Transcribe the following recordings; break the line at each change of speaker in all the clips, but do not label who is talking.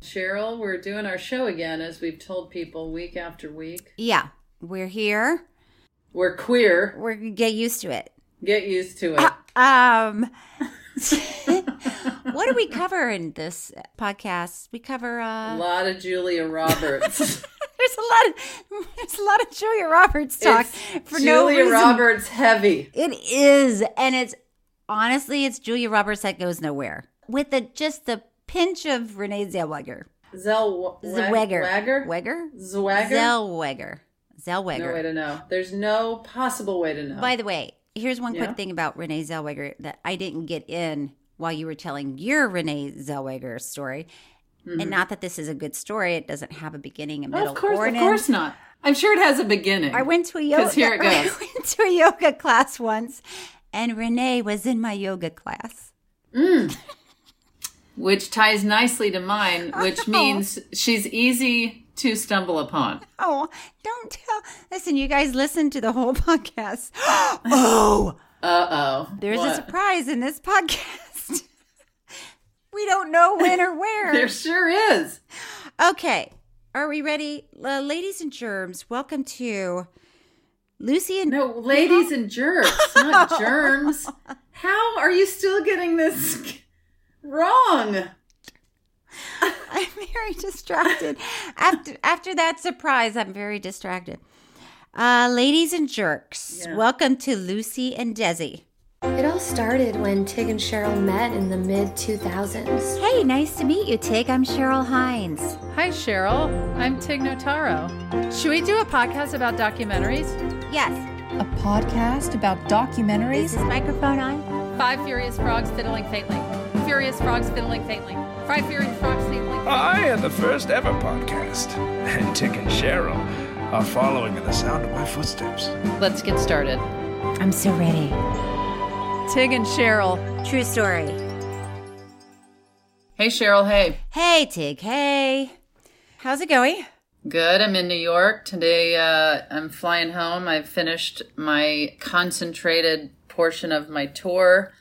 Cheryl, we're doing our show again, as we've told people week after week.
Yeah, we're here.
We're queer.
We're gonna get used to it.
Get used to it.
Um, what do we cover in this podcast? We cover
a
uh,
lot of Julia Roberts.
there's a lot of there's a lot of Julia Roberts talk
It's
for
Julia
no reason.
Roberts heavy.
It is, and it's honestly it's Julia Roberts that goes nowhere with the just the pinch of Renee Zellweger.
Zell
Zweger.
Wagger?
Weger?
Zweger?
Zellweger.
No
Zellweger.
way to know. There's no possible way to know.
By the way, here's one
Oh. Yeah.
quick thing about Renee Zellweger that I didn't get in while you were telling your Renee Zellweger story. And not that this is a good story; it doesn't have a beginning, a
No,
middle,
Mm-hmm. of course,
or an
of
end.
course not. I'm sure it has a beginning.
I went to a yoga.
'Cause here it
I
goes.
went to a yoga class once, and Renee was in my yoga class.
Which ties nicely to mine, which means she's easy to stumble upon.
Oh, don't tell! Listen, you guys listen to the whole podcast. oh,
Uh oh.
there's a surprise in this podcast. we don't know when or where.
There sure is.
Okay. Are we ready? Uh, ladies and germs, welcome to Lucy and
No, ladies and jerks, not germs. How are you still getting this wrong?
I'm very distracted. after after that surprise, I'm very distracted. Uh, ladies and jerks,
Yeah.
welcome to Lucy and Desi.
It all started when Tig and Cheryl met in the mid 2000s.
Hey, nice to meet you, Tig. I'm Cheryl Hines.
Hi, Cheryl. I'm Tig Notaro. Should we do a podcast about documentaries?
Yes.
A podcast about documentaries?
Is this microphone on?
Five Furious Frogs Fiddling Faintly. Furious Frogs Fiddling Faintly. Five Furious Frogs Fiddling
I am the first ever podcast, and Tick and Cheryl are following in the sound of my footsteps.
Let's get started.
I'm so ready.
Tig and Cheryl.
True story.
Hey, Cheryl. Hey.
Hey, Tig. Hey. How's it going?
Good. I'm in New York. Today uh, I'm flying home. I've finished my concentrated portion of my tour,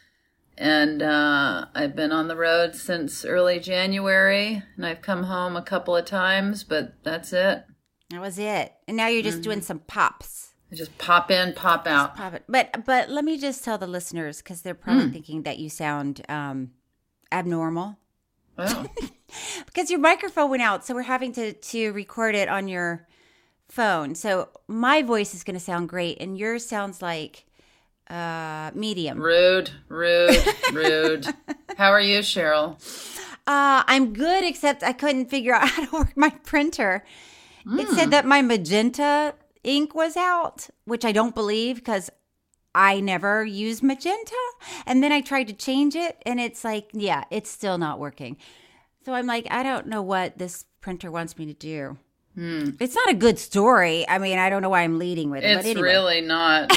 and uh, I've been on the road since early January, and I've come home a couple of times, but that's it.
That was it. And now you're just doing some pops.
I just pop in, pop out.
Profit. But but let me just tell the listeners because they're probably thinking that you sound um, abnormal
Oh.
because your microphone went out, so we're having to to record it on your phone. So my voice is going to sound great, and yours sounds like uh, medium. Uh,
Rude, rude, rude. How are you, Cheryl?
Uh, I'm good, except I couldn't figure out how to work my printer. It
Hmm.
said that my magenta ink was out, which I don't believe because I never use magenta. And then I tried to change it and it's like, yeah, it's still not working. So I'm like, I don't know what this printer wants me to do. It's not a good story. I mean, I don't know why I'm leading with it.
Hmm. It's
but anyway,
really not.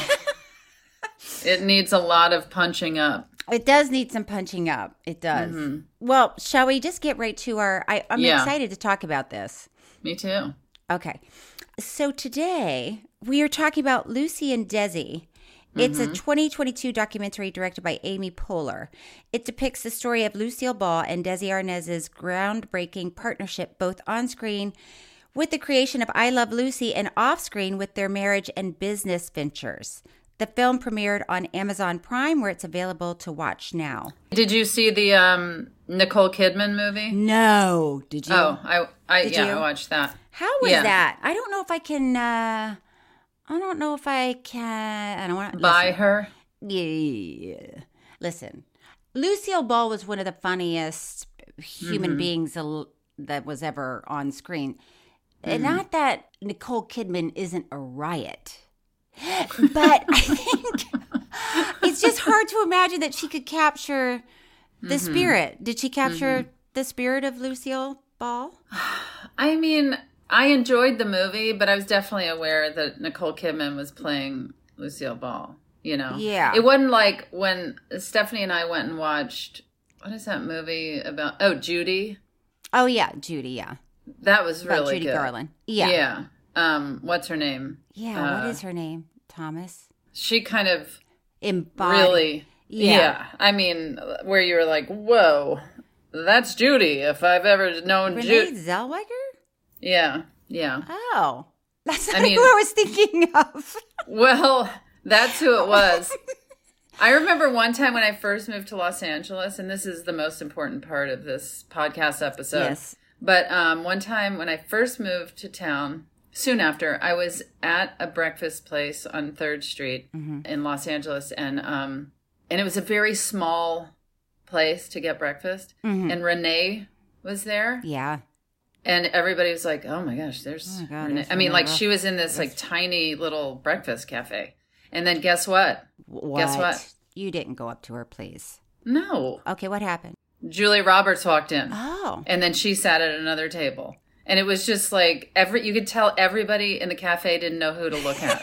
it needs a lot of punching up.
it does need some punching up. It does. Well, shall we just get right to our? I, I'm
Mm-hmm. Yeah.
excited to talk about this.
Me too.
Okay. So today we are talking about Lucy and Desi It's a 2022 documentary directed by Amy Poehler. It depicts the story of Lucille Ball and Desi Arnaz's groundbreaking partnership, both on screen with the creation of I Love Lucy and off screen with their marriage and business ventures. The film premiered on Amazon Prime, where it's available to watch now.
Did you see the um, Nicole Kidman movie?
No, did you?
Oh, I, I
Did
yeah,
you?
I watched that.
How was
Yeah.
that? I don't know if I can. Uh, I don't know if I can. I don't want to
By her.
Yeah. Listen, Lucille Ball was one of the funniest human beings al- that was ever on screen. And not that Nicole Kidman isn't a riot, but I think it's just hard to imagine that she could capture the spirit. Did she capture the spirit of Lucille Ball?
I mean, I enjoyed the movie, but I was definitely aware that Nicole Kidman was playing Lucille Ball. You know,
Yeah.
It wasn't like when Stephanie and I went and watched what is that movie about? Oh, Judy.
Oh, yeah, Judy, yeah.
That was
About
really
Judy
good.
Garland. Yeah. Yeah,
Yeah. Um, what's her name?
what
Uh,
is her name? Thomas?
She kind of
Embodied.
really.
Yeah.
Yeah. I mean, where you were like, "Whoa, that's Judy." If I've ever known
Renee
Judy,
Zellweger?
yeah, yeah.
Oh, that's not
I mean-
who I was thinking of.
Well, that's who it was. I remember one time when I first moved to Los Angeles, and this is the most important part of this podcast episode.
Yes.
But um, one time when I first moved to town, soon after, I was at a breakfast place on Third Street in Los Angeles, and um, and it was a very small place to get breakfast. And Renee was there,
Yeah.
and everybody was like, "Oh my gosh, there's."
my God,
Renee."
there's
I mean,
Renee
like she was in this like tiny little breakfast cafe, and then guess what?
What?
Guess what?
You didn't go up to her, please.
No,
Okay, what happened?
Julie Roberts walked in,
Oh,
and then she sat at another table, and it was just like every you could tell everybody in the cafe didn't know who to look at.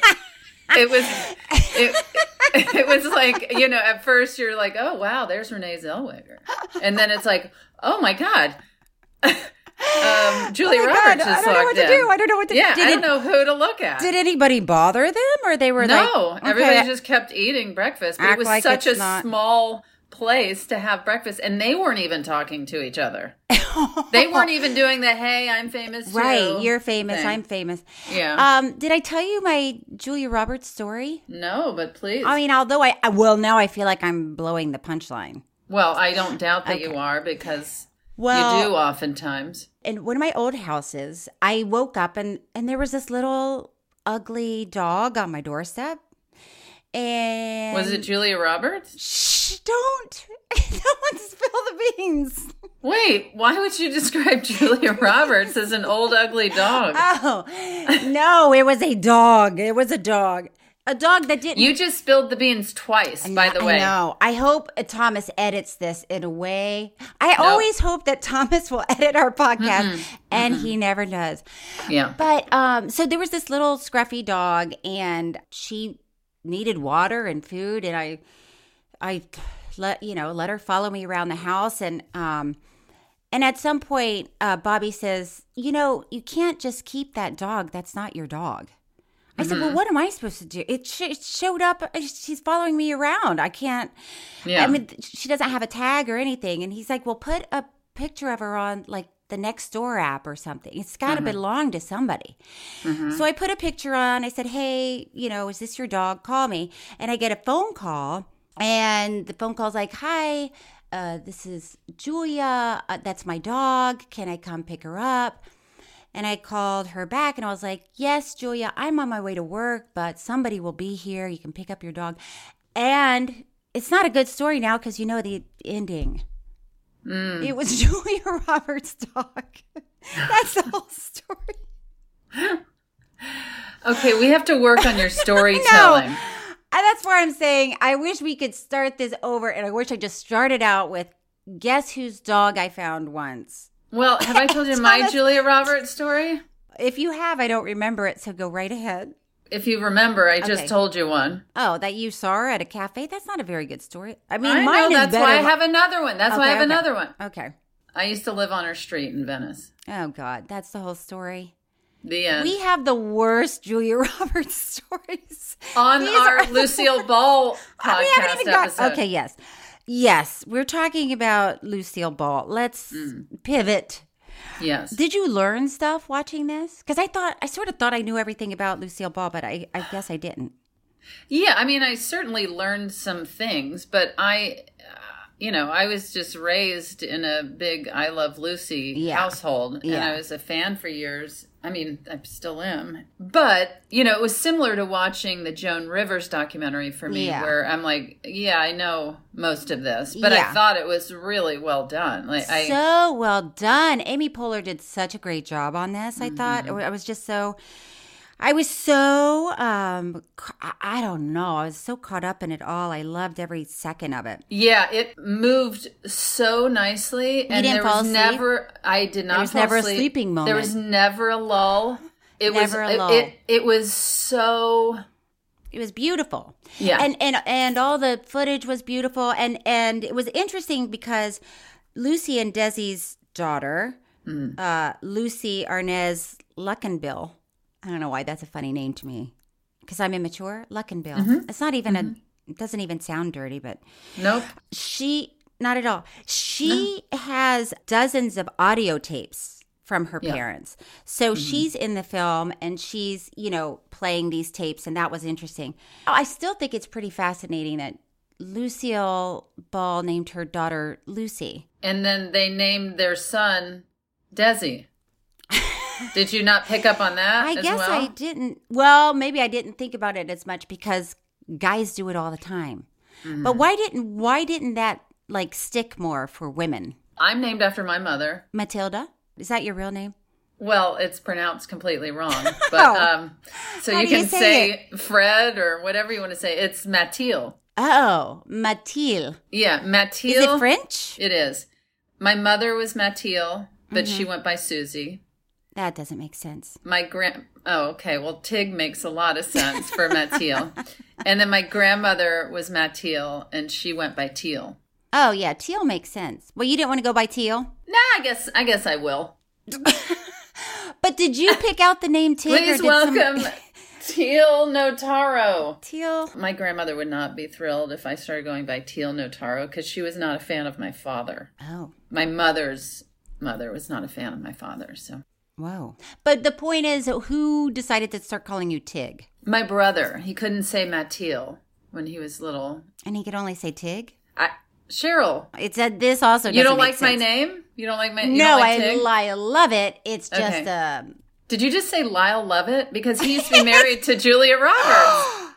it was, it, it was like you know, at first you're like, "Oh wow, there's Renee Zellweger," and then it's like, "Oh my God." um, Julie
Oh my God,
Roberts
I
just
don't know
walked
what to
in.
do. I don't know what to-
yeah, I
did
don't
it-
know who to look at.
did anybody bother them, or they were like,
no, everybody
okay,
just kept eating breakfast. But
Act
it was
like
such a
it's not-
small place to have breakfast, and they weren't even talking to each other. they weren't even doing the "Hey, I'm famous."
right?
too"
You're famous.
thing.
I'm famous.
Yeah.
Um, did I tell you my Julia Roberts story?
no, but please.
I mean, although I, I well now I feel like I'm blowing the punchline.
well, I don't doubt that you are because
Well,
you do oftentimes.
in one of my old houses, I woke up and and there was this little ugly dog on my doorstep. And
Was it Julia Roberts?
Shh, don't. don't spill the beans.
Wait, why would you describe Julia Roberts as an old ugly dog?
Oh, no, it was a dog. It was a dog. A dog that didn't.
you just spilled the beans twice, by the way.
I know. I hope uh, Thomas edits this in a way. I always hope that Thomas will edit our podcast, and he never does.
Yeah.
But um, so there was this little scruffy dog, and she needed water and food, and I, I let you know let her follow me around the house, and um, and at some point, uh, Bobby says, you know, you can't just keep that dog. That's not your dog. I said, well, what am I supposed to do? It, sh- it showed up. uh, She's following me around. I can't.
Yeah.
I mean, th- she doesn't have a tag or anything. And he's like, well, put a picture of her on like the next door app or something. It's got to belong to somebody. So I put a picture on. I said, hey, you know, is this your dog? Call me. And I get a phone call. And the phone call's like, hi, uh, this is Julia. Uh, that's my dog. Can I come pick her up? And I called her back and I was like, Yes, Julia, I'm on my way to work, but somebody will be here. You can pick up your dog. And it's not a good story now because you know the ending. It was Julia Roberts' dog. That's the whole story.
Okay, we have to work on your storytelling.
And that's where I'm saying I wish we could start this over. And I wish I just started out with guess whose dog I found once.
Well, have I told you my Julia Roberts story?
If you have, I don't remember it, so go right ahead.
If you remember, I just
Okay.
told you one.
Oh, that you saw her at a cafe? That's not a very good story. I mean,
I
mine
know
is
that's
better.
why I have another one. That's why I
Okay,
have
okay.
another one.
Okay.
I used to live on her street in Venice.
Oh God, that's the whole story.
The end.
We have the worst Julia Roberts stories
on
These
our
are-
Lucille Ball podcast
we haven't even got.
episode.
Okay, yes, yes, we're talking about Lucille Ball. Let's
Mm.
pivot.
Yes.
Did you learn stuff watching this? Because I thought I sort of thought I knew everything about Lucille Ball, but I, I guess I didn't.
Yeah, I mean, I certainly learned some things, but I, uh, you know, I was just raised in a big I Love Lucy
Yeah.
household, and
Yeah.
I was a fan for years. I mean, I still am. But, you know, it was similar to watching the Joan Rivers documentary for me,
Yeah.
where I'm like, yeah, I know most of this, but
Yeah.
I thought it was really well done. Like, I.
so well done. Amy Poehler did such a great job on this. I thought I was just so I was so um ca- I I don't know. I was so caught up in it all. I loved every second of it.
Yeah, it moved so nicely, and
didn't
there was
fall asleep?
never. I did not.
was
fall
never a
asleep.
sleeping
There
moment.
was never a lull. It
Never a
was, it-
lull.
It, it, was so.
It was beautiful.
Yeah.
And and and all the footage was beautiful and and it was interesting because Lucy and Desi's daughter, uh, Lucy Arnez Luckenbill. I don't know why that's a funny name to me. Because I'm immature. Luckenbill. It's not even a it doesn't even sound dirty, but
Nope.
she not at all she has dozens of audio tapes from her
Yeah. Mm-hmm.
parents so she's in the film and she's you know playing these tapes and that was interesting i still think it's pretty fascinating that lucille ball named her daughter lucy
And then they named their son Desi. did you not pick up on that?
i
as
guess
well?
i didn't well maybe i didn't think about it as much because guys do it all the time
Mm.
but why didn't why didn't that like stick more for women
I'm named after my mother.
matilda is that your real name
Well, it's pronounced completely wrong, but
Oh.
um, so
How
you
do you
can
say
say, Fred or whatever you want to say. It's Mathilde.
Oh, Mathilde.
Yeah, Mathilde.
Is it French?
It is. My mother was Mathilde, but she
Mm-hmm.
went by Susie.
That doesn't make sense.
My grand oh okay well Tig makes a lot of sense for Mathilde, and then my grandmother was Mathilde, and she went by Teal.
Oh yeah, teal makes sense. Well, you didn't want to go by teal,
Nah, I guess I guess I will.
but did you pick out the name Tig? or
Please
did
welcome
some-
Teal Notaro.
teal.
My grandmother would not be thrilled if I started going by Teal Notaro because she was not a fan of my father.
Oh,
My mother's mother was not a fan of my father, so
whoa. But the point is, who decided to start calling you Tig?
My brother, he couldn't say Matil when he was little.
And he could only say Tig.
I, Cheryl,
It said this also.
you don't
doesn't
like
make
my
sense.
name? You don't like my you
No,
don't like
I,
Tig?
li- I love it. It's
Okay.
just um,
Did you just say Lyle Lovett? Because he used to be married to Julia Roberts.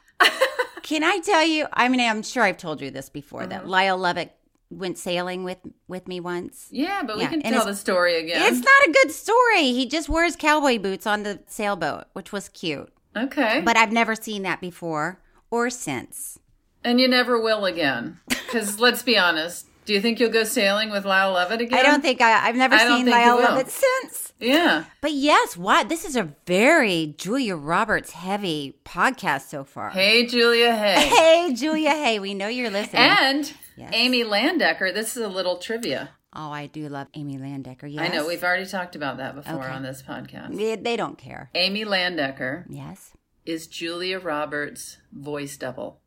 Can I tell you? I mean, I'm sure I've told you this before
Uh-huh.
that Lyle Lovett went sailing with with me once.
Yeah, but
Yeah,
we can
and
tell
it's-
the story again.
It's not a good story. He just wore his cowboy boots on the sailboat, which was cute.
okay.
But I've never seen that before or since.
and you never will again. Because let's be honest, do you think you'll go sailing with Lyle Lovett again?
I don't think I, I've never
I don't
seen
think you
Lyle
will.
Lovett since.
Yeah.
But yes, what? This is a very Julia Roberts heavy podcast so far.
Hey, Julia, hey.
Hey, Julia. Hey, we know you're listening.
And
Yes.
Amy Landecker, this is a little trivia.
oh, I do love Amy Landecker. Yes.
I know we've already talked about that before
Okay.
on this podcast.
They, they don't care.
Amy Landecker
Yes.
is Julia Roberts' voice double.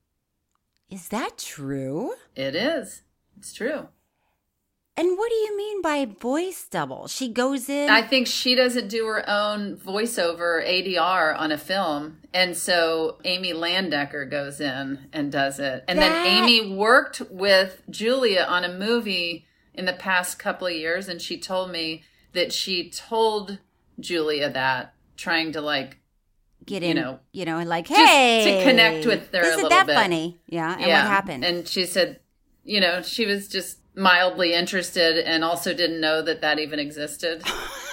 Is that true?
It is. It's true.
And what do you mean by voice double? She goes in.
I think she doesn't do her own voiceover ADR on a film. And so Amy Landecker goes in and does it. And
That-
then Amy worked with Julia on a movie in the past couple of years. And she told me that she told Julia that, trying to like,
get in,
you
you know,
know,
and like,
to
hey,
connect with her a
Isn't
little
that
bit.
funny? Yeah, and what happened?
And she said, you know, she was just mildly interested and also didn't know that that even existed.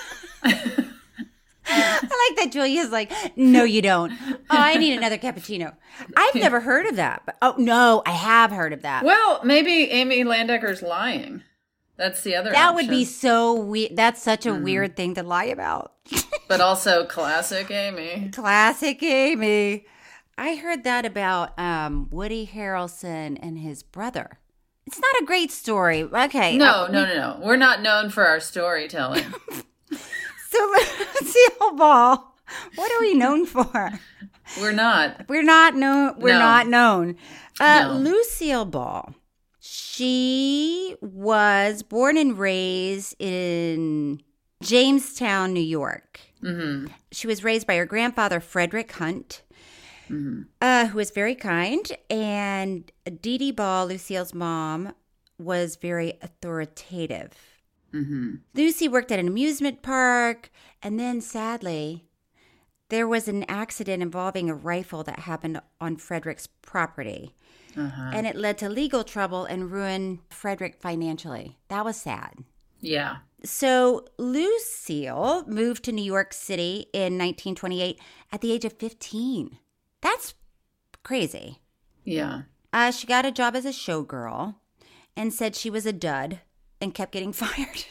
I like that Julia's like, no, you don't. Oh, I need another cappuccino. I've never heard of that. But, oh no, I have heard of that.
Well, maybe Amy Landecker's lying. That's the other.
that would
option.
be so weird. That's such
Mm-hmm.
a weird thing to lie about.
But also classic Amy.
Classic Amy. I heard that about um, Woody Harrelson and his brother. It's not a great story. Okay. uh,
No, no, no, no. We're not known for our storytelling.
So Lucille Ball What are we known for?
We're not.
We're not known. We're
No.
not known. Uh,
No.
Lucille Ball. She was born and raised in Jamestown, New York.
Mm-hmm.
She was raised by her grandfather, Frederick Hunt,
Mm-hmm.
uh, who was very kind. And Dee Dee Ball, Lucille's mom, was very authoritative.
Mm-hmm.
Lucy worked at an amusement park. And then, sadly, there was an accident involving a rifle that happened on Frederick's property. And it led to legal trouble and ruined Frederick financially. That was sad.
Yeah.
So Lucille moved to New York City in 1928 at the age of 15. That's crazy.
Yeah.
Uh, she got a job as a showgirl and said she was a dud and kept getting fired.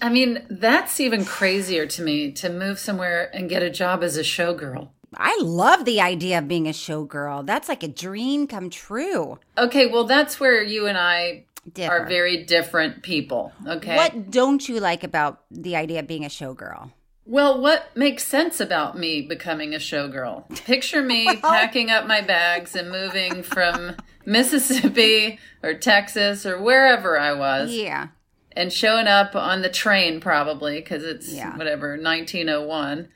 I mean, that's even crazier to me to move somewhere and get a job as a showgirl.
I love the idea of being a showgirl. That's like a dream come true.
Okay, well, that's where you and I
Differ.
are very different people. Okay.
What don't you like about the idea of being a showgirl?
Well, what makes sense about me becoming a showgirl? Picture me packing up my bags and moving from Mississippi or Texas or wherever I was
Yeah.
and showing up on the train probably because it's
Yeah.
whatever 1901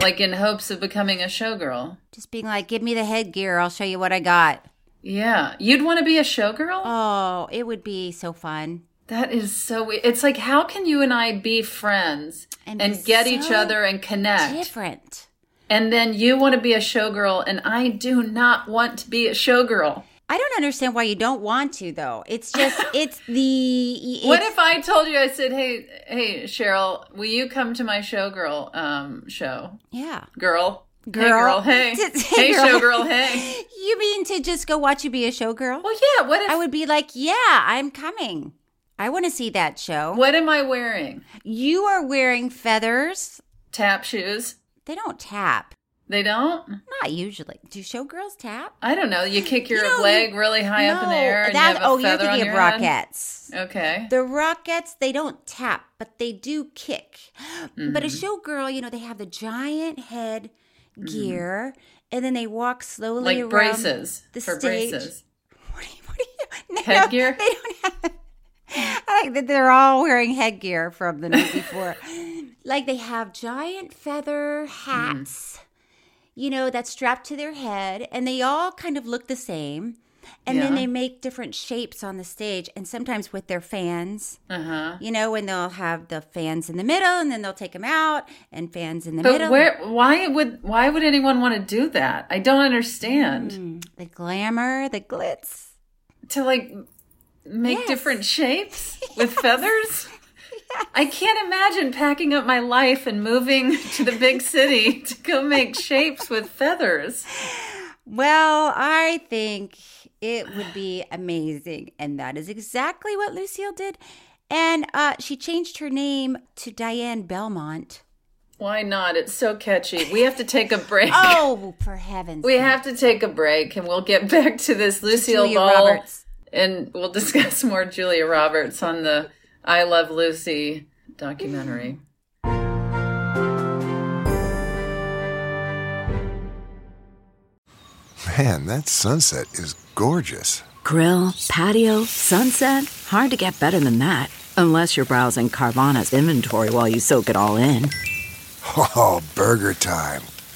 like in hopes of becoming a showgirl
Just being like, give me the headgear, I'll show you what I got.
yeah you'd want to be a showgirl
Oh, it would be so fun.
that is so we- it's like how can you and i be friends
And
and,
be
get
so
each other and connect
Different.
and then you want to be a showgirl and i do not want to be a showgirl
I don't understand why you don't want to though. It's just it's the
what
it's-
if i told you i said hey hey cheryl will you come to my showgirl um show
yeah
girl hey girl
Girl.
hey hey
Girl.
showgirl hey
you mean to just go watch you be a showgirl?
well yeah what if
I would be like, yeah, I'm coming. I want to see that show.
What am I wearing?
You are wearing feathers.
Tap shoes.
They don't tap.
They don't?
Not usually. Do showgirls tap?
I don't know. You kick your
You know,
leg
you-
really high up in the
No,
air and you
that-
have a
oh, you're
feather on
thinking
your
of
head.
rockets.
Okay.
The rockets, they don't tap, but they do kick. But a
Mm-hmm.
showgirl, you know, they have the giant head gear, and then they walk slowly
Like
around
braces.
the
for
stage.
braces.
What do you? What do you? No,
Headgear?
They don't have. I like that they're all wearing headgear from the night before. like they have giant feather hats, you know, that's strapped to their head, and they all kind of look the same. And then
Yeah.
they make different shapes on the stage, and sometimes with their fans,
Uh huh.
you know, and they'll have the fans in the middle, and then they'll take them out, and fans in the
But
middle.
where why would why would anyone want to do that? I don't understand.
the glamour, the glitz.
To like make
Yes.
different shapes with feathers? I can't imagine packing up my life and moving to the big city to go make shapes with feathers.
Well, I think it would be amazing. And that is exactly what Lucille did. And uh, she changed her name to Diane Belmont.
Why not? It's so catchy. We have to take a break.
Oh, for heaven's
We
sake.
have to take a break and we'll get back to this Lucille
Julia
Ball
Roberts.
and we'll discuss more Julia Roberts on the I Love Lucy documentary.
Man, that sunset is gorgeous.
Grill, patio, sunset. Hard to get better than that. Unless you're browsing Carvana's inventory while you soak it all in.
Oh, burger time.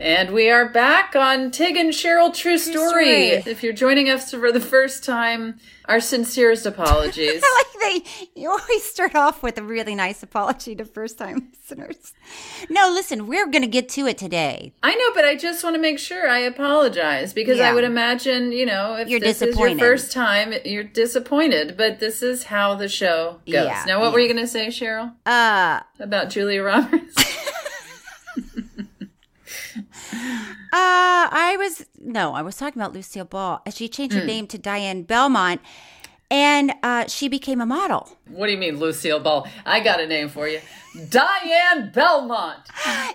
And we are back on Tig and Cheryl True Story.
Story.
If you're joining us for the first time, our sincerest apologies.
I like that you always start off with a really nice apology to first time listeners. No, listen, we're going to get to it today.
I know, but I just want to make sure I apologize because I
Yeah.
would imagine, you know, if
You're
this is your
disappointed.
first time, you're disappointed, but this is how the show goes.
Yeah,
now, what were you going to say, Cheryl,
Uh,
about Julia Roberts?
Uh, I was no, I was talking about Lucille Ball. and She changed her name to Diane Belmont, and uh, she became a model.
what do you mean, Lucille Ball? I got a name for you Diane Belmont.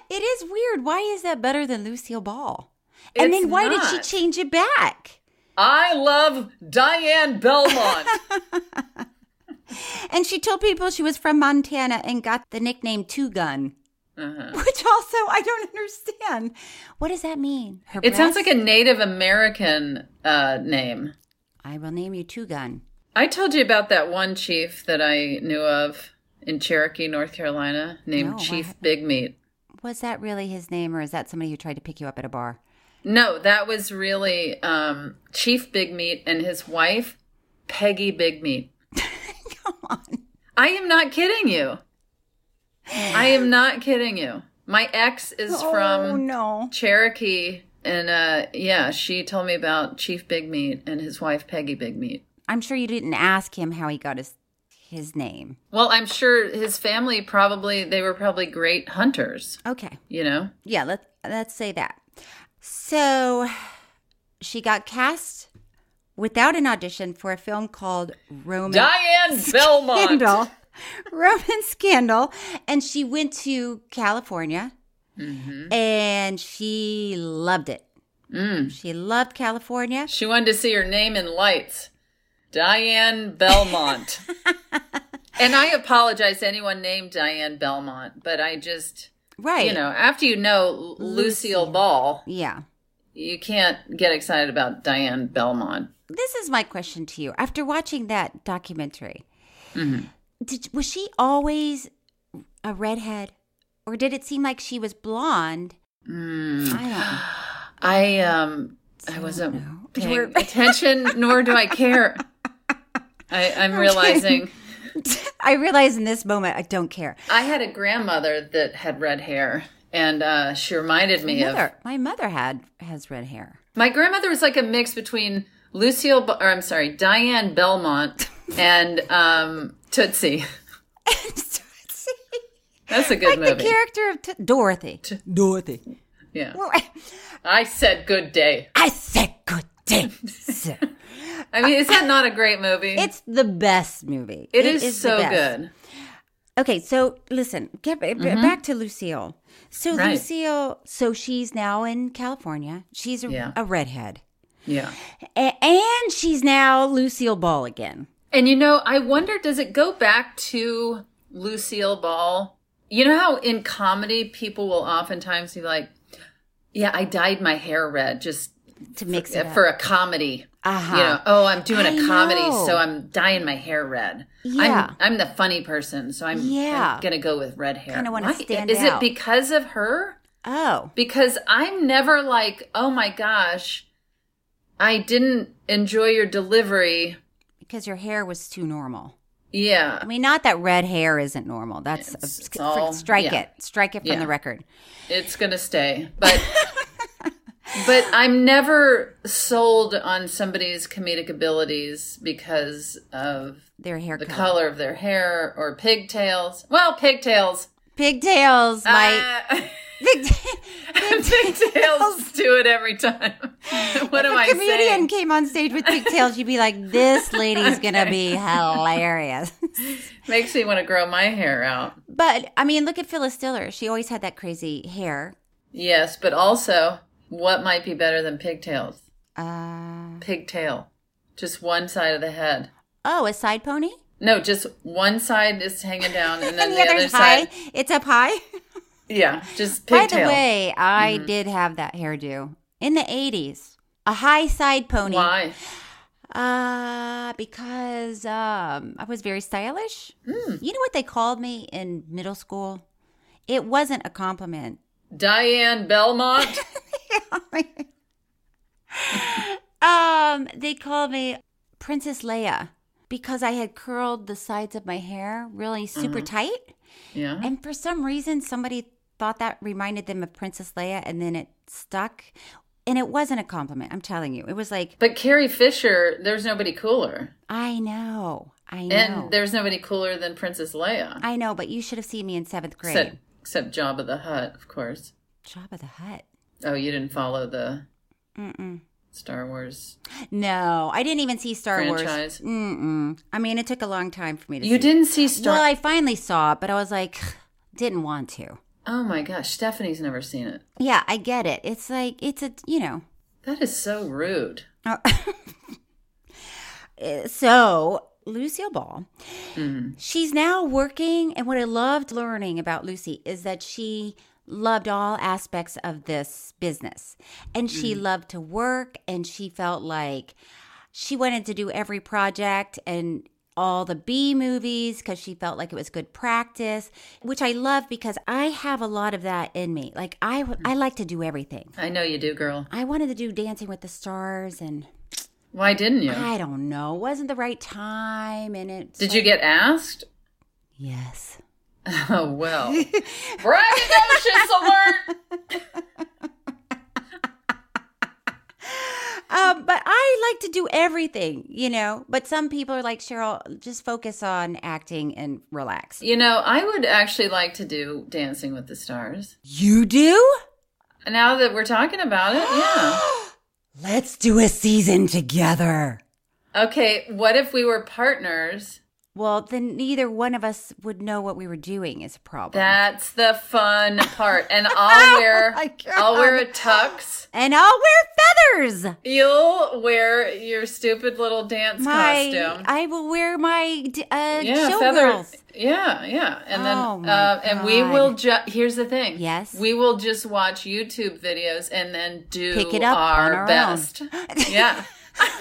It is weird. Why is that better than Lucille Ball? And
It's
then why did she
not.
change it back?
I love Diane Belmont.
And she told people she was from Montana and got the nickname Two Gun,
Uh-huh.
which also I don't understand. What does that mean? Her
It sounds like
breasts?
a Native American uh, name.
I will name you Two Gun.
I told you about that one chief that I knew of in Cherokee, North Carolina, named
No, I
Chief
haven't.
Big Meat.
Was that really his name, or is that somebody who tried to pick you up at a bar?
No, that was really um, Chief Big Meat and his wife, Peggy Big Meat. Come on. I am not kidding you. I am not kidding you. My ex is
oh
from
no!
Cherokee, and uh, yeah, she told me about Chief Big Meat and his wife, Peggy Big Meat.
I'm sure you didn't ask him how he got his his name.
Well, I'm sure his family probably they were probably great hunters,
Okay.
you know.
Yeah, let let's say that. So she got cast without an audition for a film called Roman
Diane Belmont.
Scandal. Roman Scandal. And she went to California and she loved it.
Mm-hmm. Mm.
She loved California.
She wanted to see her name in lights. Diane Belmont. and I apologize to anyone named Diane Belmont, but I just
Right.
you know, after you know L- Lucille Ball,
Yeah.
you can't get excited about Diane Belmont.
This is my question to you. After watching that documentary,
Mm-hmm.
did, was she always a redhead? Or did it seem like she was blonde?
Mm.
I don't know.
I um I wasn't paying
We're-
attention nor do I care. I, I'm realizing
I realize in this moment I don't care.
I had a grandmother that had red hair, and uh, she reminded me
my
of
mother, my mother had has red hair.
my grandmother was like a mix between Lucille, B- or I'm sorry, Diane Belmont and um, Tootsie. That's a good
like
movie.
the character of t- Dorothy. Dorothy.
yeah,
Well, I,
I said good day.
I said good day. sir.
I mean, is that not a great movie?
it's the best movie.
it is,
the
so
best.
good.
Okay, so listen, get b- b- back to Lucille. So
Mm-hmm. Right.
Lucille, so she's now in California. She's a,
Yeah.
a redhead,
Yeah.
a- and she's now Lucille Ball again.
And you know, I wonder does it go back to Lucille Ball? You know how in comedy people will oftentimes be like, "Yeah, I dyed my hair red just
To mix it up.
for a comedy."
Uh-huh.
You know, oh, I'm doing a
I
comedy,
know.
so I'm dyeing my hair red.
Yeah.
I'm I'm the funny person, so I'm, I'm
Yeah.
gonna go with red hair.
Kinda wanna
Why-
stand
Is it
out.
because of her?
Oh,
Because I'm never like, "Oh my gosh, I didn't enjoy your delivery."
because your hair was too normal.
Yeah.
I mean, not that red hair isn't normal. That's
It's
sk-
all-
strike
yeah.
it, strike it from
Yeah.
the record.
It's gonna stay, but but I'm never sold on somebody's comedic abilities because of
Their hair
the
color.
color of their hair or pigtails. Well, pigtails,
pigtails, my
uh,
pigtails.
pigtails do it every time. what am
if a
I
comedian
saying?
came on stage with pigtails, you'd be like, "This lady's gonna be hilarious."
Makes me want to grow my hair out.
but I mean, look at Phyllis Diller. She always had that crazy hair.
Yes, but also, what might be better than pigtails?
Uh,
Pigtail, just one side of the head.
oh, a side pony,
No, just one side is hanging down, and then
and the,
the,
other's
other
high.
side.
It's up high.
Yeah, just
By
pigtail. Mm-hmm.
the way, I did have that hairdo in the '80s. A high side pony.
why?
Uh, because um, I was very stylish.
Hmm.
You know what they called me in middle school? It wasn't a compliment.
Diane Belmont.
um, they call me Princess Leia because I had curled the sides of my hair really super
Uh-huh.
tight.
Yeah.
And for some reason, somebody thought that reminded them of Princess Leia, and then it stuck. And it wasn't a compliment, I'm telling you. It was like,
But Carrie Fisher, there's nobody cooler.
I know, I know,
And there's nobody cooler than Princess Leia.
I know, but you should have seen me in seventh grade.
Except, except Jabba the Hutt, of course.
Jabba the Hutt.
Oh, you didn't follow the
Mm-mm.
Star Wars.
No, I didn't even see Star
Franchise.
Wars. Mm-mm. I mean, it took a long time for me to.
You
see
didn't see Star-
Well, I finally saw it, but I was like, didn't want to.
Oh my gosh, Stephanie's never seen it.
Yeah, I get it. It's like it's a you know.
That is so rude.
Uh, So Lucille Ball, she's now working, and what I loved learning about Lucy is that she loved all aspects of this business, and she loved to work, and she felt like she wanted to do every project and all the B movies because she felt like it was good practice, which I love because I have a lot of that in me. Like I, I like to do everything.
I know you do, girl.
I wanted to do Dancing with the Stars, and
Why didn't you?
I don't know, it wasn't the right time, and it.
Did you get asked?
Yes.
Oh well. Braggadocious alert!
Um, but I like to do everything, you know. But some people are like Cheryl, just focus on acting and relax.
You know, I would actually like to do Dancing with the Stars.
You do?
Now that we're talking about it, yeah.
Let's do a season together.
Okay, what if we were partners?
Well, then neither one of us would know what we were doing is a problem.
That's the fun part. And
Oh
I'll wear I'll wear a tux.
and I'll wear feathers.
You'll wear your stupid little dance
My,
costume.
I will wear my d- uh,
yeah,
showgirls.
Yeah, yeah. And then
Oh, my
uh, and we
God.
will ju- here's the thing.
Yes.
We will just watch YouTube videos and then do
Pick it up on
our,
our own.
best. yeah.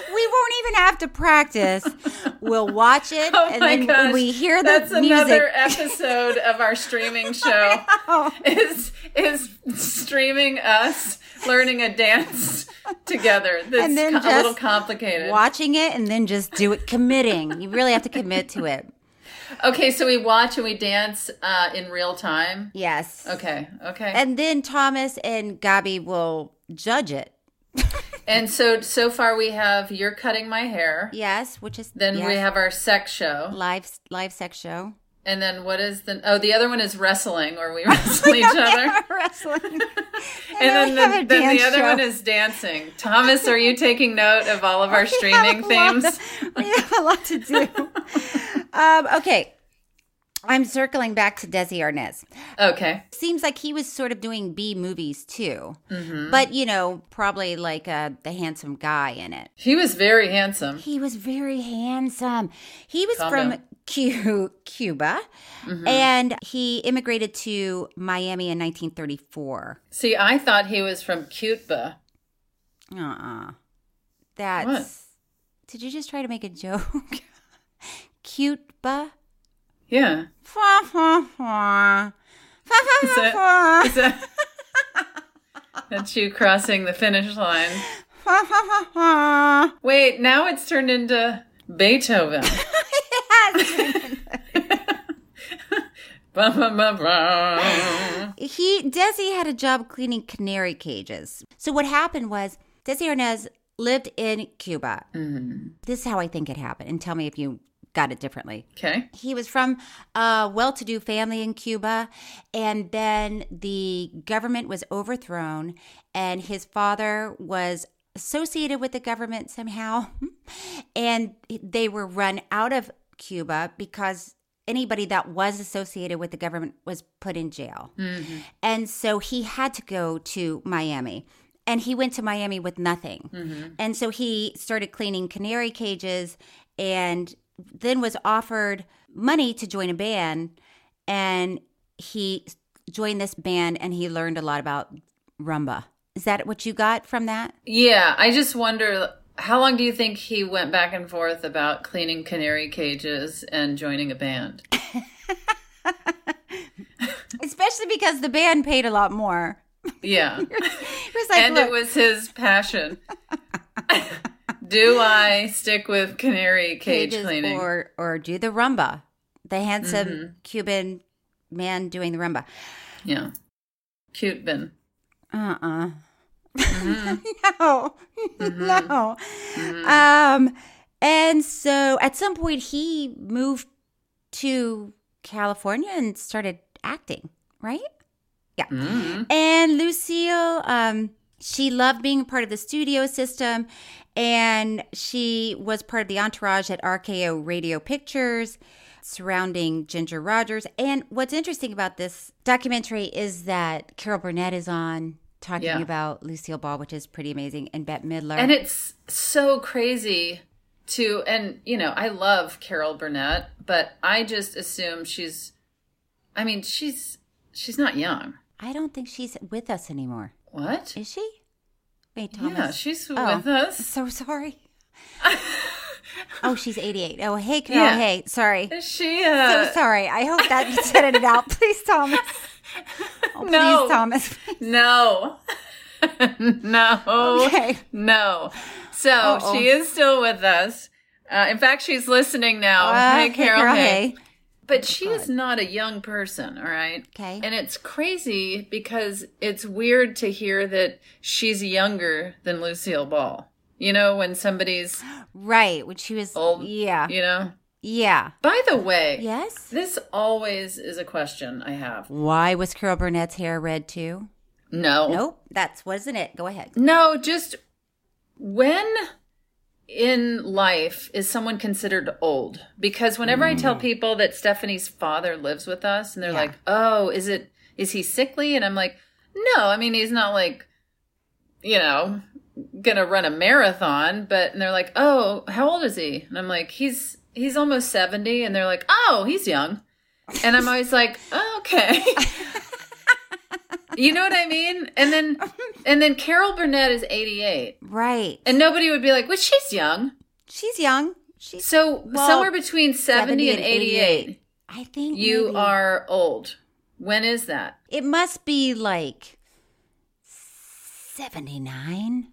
We won't even have to practice. we'll watch it,
Oh
and
my
then
gosh.
when we hear the
That's
music,
another episode of our streaming show. is is streaming us learning a dance together. That's
And then
co- a little
just
complicated.
watching it and then just do it committing you really have to commit to it
Okay, so we watch and we dance uh, in real time.
yes
Okay, okay. And,
and then thomas and gabi will judge it
so so far we have you're cutting my hair.
yes which is
Then we
yes.
have our sex show.
live live sex show
And then what is the oh the other one is wrestling or we wrestle each other.
wrestling and,
And
we have
then
a
the, then the
dance
other
show.
one is dancing. Thomas, are you taking note of all of our
We have
streaming
a lot
themes?
to- we have a lot to do um, okay i'm circling back to desi arnaz
Okay.
seems like he was sort of doing b movies too
Mm-hmm.
but you know probably like uh, the handsome guy in it
He was very handsome.
He was very handsome. He was
Calm
from
down. Mm-hmm.
Cu- Cuba and he immigrated to Miami in 1934.
See, I thought he was from Cuba.
Uh uh That's. Did you just try to make a joke? Cuba?
Yeah.
Fa, fa, fa. Fa, fa,
Is
fa,
that-
fa.
Is that, that's you crossing the finish line.
Fa, fa, fa, fa.
Wait, now it's turned into Beethoven. Ba, ba, ba, ba.
he Desi had a job cleaning canary cages. So what happened was Desi Arnaz lived in Cuba. This is how I think it happened, and tell me if you got it differently.
Okay.
He was from a well to do family in Cuba, and then the government was overthrown, and his father was associated with the government somehow. and they were run out of Cuba because anybody that was associated with the government was put in jail. And so he had to go to Miami. And he went to Miami with nothing.
Mm-hmm.
And so he started cleaning canary cages and then was offered money to join a band. And he joined this band and he learned a lot about rumba. Is that what you got from that?
Yeah, I just wonder how long do you think he went back and forth about cleaning canary cages and joining a band?
Especially because the band paid a lot more.
Yeah. and it was his passion. Do I stick with canary cage
Cages
cleaning? Mm-hmm.
or or do the rumba. The handsome Cuban man doing the rumba.
yeah. Cute bin.
Uh uh no. No. Um and so at some point he moved to California and started acting, right? Yeah. And Lucille, um, she loved being part of the studio system and she was part of the entourage at RKO Radio Pictures surrounding Ginger Rogers. And what's interesting about this documentary is that Carol Burnett is on talking
Yeah.
about Lucille Ball, which is pretty amazing, and Bette Midler.
And it's so crazy to, and you know, I love Carol Burnett, but I just assume she's, I mean, she's, she's not young.
I don't think she's with us anymore.
What?
Is she? Wait,
Yeah,
Thomas.
she's
Oh,
with us.
So sorry. oh, she's 88. Oh, hey, Carol.
Yeah.
Hey, sorry.
Is she, uh,
so sorry. I hope that gets edited out. Please, Thomas. Oh,
No.
Please, Thomas.
No. no.
Okay.
No. So
Uh-oh.
she is still with us. Uh, in fact, she's listening now.
Uh,
hey,
hey,
Carol.
Carol,
hey.
hey.
But she is not a young person, all right?
Okay.
And it's crazy because it's weird to hear that she's younger than Lucille Ball. You know, when somebody's
Right. When she was.
old.
Yeah.
You know?
Yeah.
By the way,
Yes?
this always is a question I have.
Why was Carol Burnett's hair red too?
No.
Nope. That's wasn't it. Go ahead.
No, just when in life is someone considered old? Because whenever I tell people that Stephanie's father lives with us and they're like, "Oh, is it is he sickly?" and I'm like, "No, I mean he's not like you know, going to run a marathon, but and they're like, "Oh, how old is he?" and I'm like, "He's he's almost 70." and they're like, "Oh, he's young." And I'm always like, "Oh, "Okay." you know what I mean? And then and then Carol Burnett is 88.
Right.
And nobody would be like, well, she's young.
She's young. She's
So
well,
somewhere between 70, and 88,
I think
you
maybe.
are old. When is that?
It must be like seventy nine.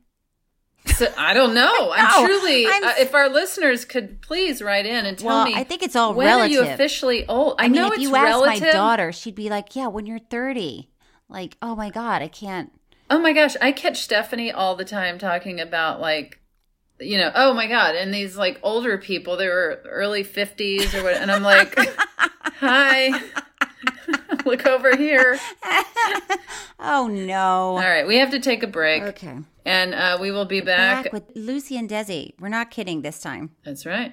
So, I don't know. I'm
know.
truly,
I'm-
uh, if our listeners could please write in and tell
Well,
me.
I think it's all
when are you
relative.
officially old? I,
mean,
know
if
it's
you
relative.
asked my daughter, she'd be like, "Yeah, when you're 30. Like, oh my god, I can't.
Oh my gosh, I catch Stephanie all the time talking about like, you know, oh my god, and these like older people, they were early fifties or what, and I'm like, hi, look over here.
Oh no.
All right, we have to take a break,
Okay.
and uh, we will be back.
Back with Lucy and Desi. We're not kidding this time.
That's right.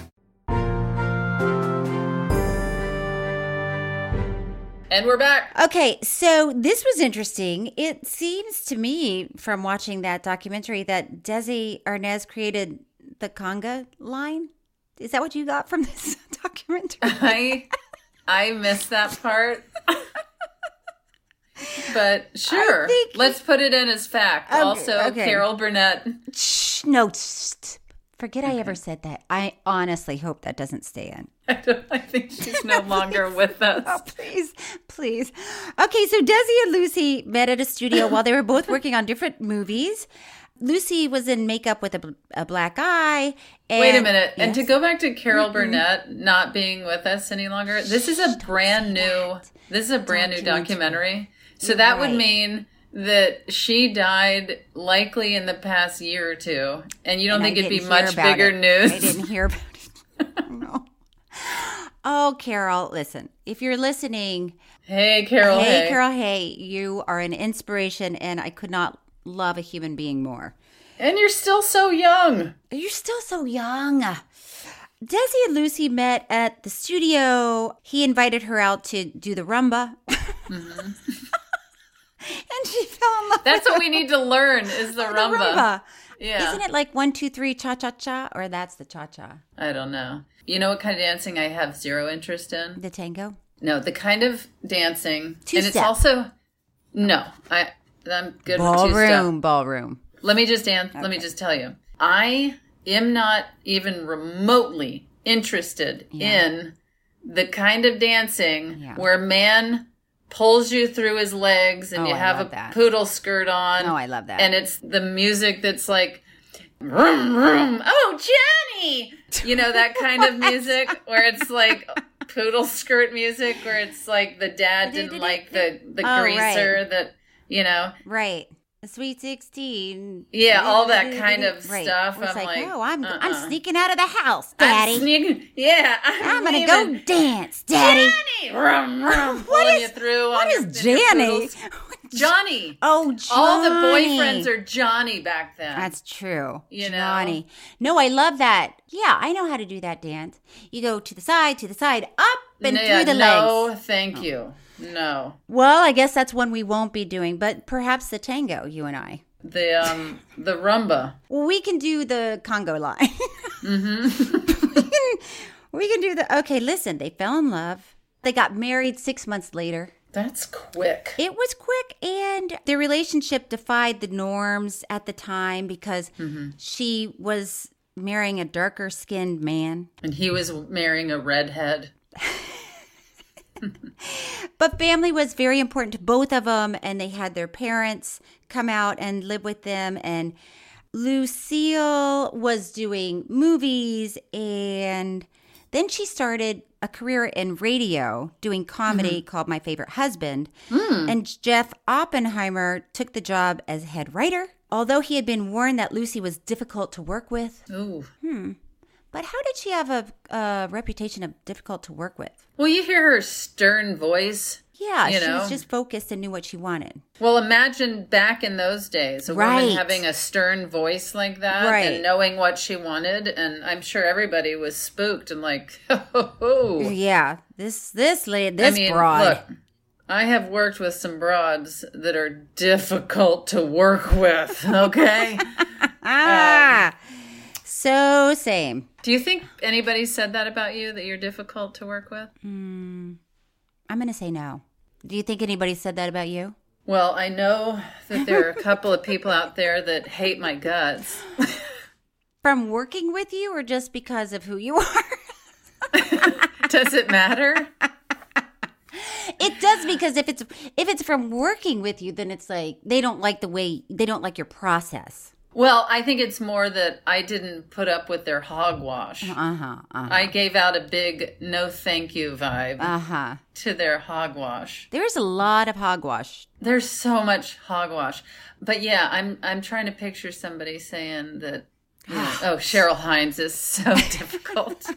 And we're back.
Okay, so this was interesting. It seems to me from watching that documentary that Desi Arnaz created the conga line. Is that what you got from this documentary?
I I missed that part. But sure,
think-
let's put it in as fact.
Okay,
also,
okay.
Carol Burnett.
Shh, no, shh, forget I ever said that. I honestly hope that doesn't stay in.
I, don't, I think she's no longer with us.
Oh, Please, please. Okay, so Desi and Lucy met at a studio while they were both working on different movies. Lucy was in makeup with a, bl- a black eye. And,
Wait a minute. And to
Yes.
go back to Carol
Mhm.
Burnett not being with us any longer, this is a brand new this is a brand new documentary. So that would
Right.
mean that she died likely in the past year or two. And you don't
And I
think it'd be
didn't
much
hear about
bigger
it.
news.
I didn't hear about it. Oh, no. Oh, Carol, listen. If you're listening,
hey Carol.
hey,
hey.
Carol, hey, you are an inspiration, and I could not love a human being more.
And you're still so young.
You're still so young. Desi and Lucy met at the studio. He invited her out to do the rumba. and she fell in love.
Mm-hmm. That's
with
what we need to learn is the rumba.
rumba.
Yeah.
Isn't it like one, two, three, cha cha cha, or that's the cha cha?
I don't know. You know what kind of dancing I have zero interest in?
The tango?
No, the kind of dancing, and it's
Two-step.
also no. I I'm good with two step.
ballroom, ballroom.
Let me just dance. Let me just tell you, I am not even remotely interested in the kind of dancing where a man pulls you through his legs and
Oh,
you
I
have
love
a
that.
poodle skirt on.
No, Oh, I love that.
And it's the music that's like, vroom, vroom. Oh, Johnny! You know, that kind of music where it's like poodle skirt music, where it's like the dad didn't like the, the
Oh,
greaser
right.
that, you know.
Right. The Sweet 16.
Yeah, all that kind of
Right.
stuff.
It's
I'm like,
no, I'm, I'm
uh-uh.
sneaking out of the house,
I'm
Daddy.
sneaking- yeah,
I'm
I'm,
gonna go dance, Daddy.
Vroom, vroom,
what
pulling
is
you through
what
on
is
your- your
Johnny?
poodles. Johnny.
Oh,
All the
Johnny.
boyfriends are Johnny back then.
That's true.
You know?
Johnny. No, I love that. Yeah, I know how to do that dance. You go to the side, to the side, up and
No,
through the
no,
legs. Oh.
thank you. No.
Well, I guess that's one we won't be doing, but perhaps the tango, you and I.
The um the rumba.
Well, we can do the Congo line. we can do the. Okay, listen, they fell in love. They got married six months later.
That's quick.
It was quick, and their relationship defied the norms at the time because she was marrying a darker skinned man.
And he was marrying a redhead.
But family was very important to both of them, and they had their parents come out and live with them. And Lucille was doing movies, and then she started a career in radio doing comedy
Mm-hmm.
called My Favorite Husband.
Hmm.
And Jeff Oppenheimer took the job as head writer. Although he had been warned that Lucy was difficult to work with,
Ooh.
but how did she have a, a reputation of difficult to work with?
Well, you hear her stern voice.
Yeah,
you
she
know.
was just focused and knew what she wanted.
Well, imagine back in those days, a
Right.
woman having a stern voice like that
Right.
and knowing what she wanted. And I'm sure everybody was spooked and like, oh,
Yeah, this this lady, this
I mean,
broad.
Look, um, I have worked with some broads that are difficult to work with. Okay.
ah, so same.
Do you think anybody said that about you that you're difficult to work with?
I'm gonna say no. Do you think anybody said that about you?
Well, I know that there are a couple of people out there that hate my guts.
From working with you, or just because of who you are?
Does it matter?
it does because if it's if it's from working with you, then it's like they don't like the way they don't like your process.
Well, I think it's more that I didn't put up with their hogwash.
Uh huh. Uh
I gave out a big no thank you vibe
huh.
to their hogwash.
Uh-huh. There's a lot of hogwash.
There's so much hogwash. But yeah, I'm I'm trying to picture somebody saying that you know, oh, Cheryl Hines is so difficult.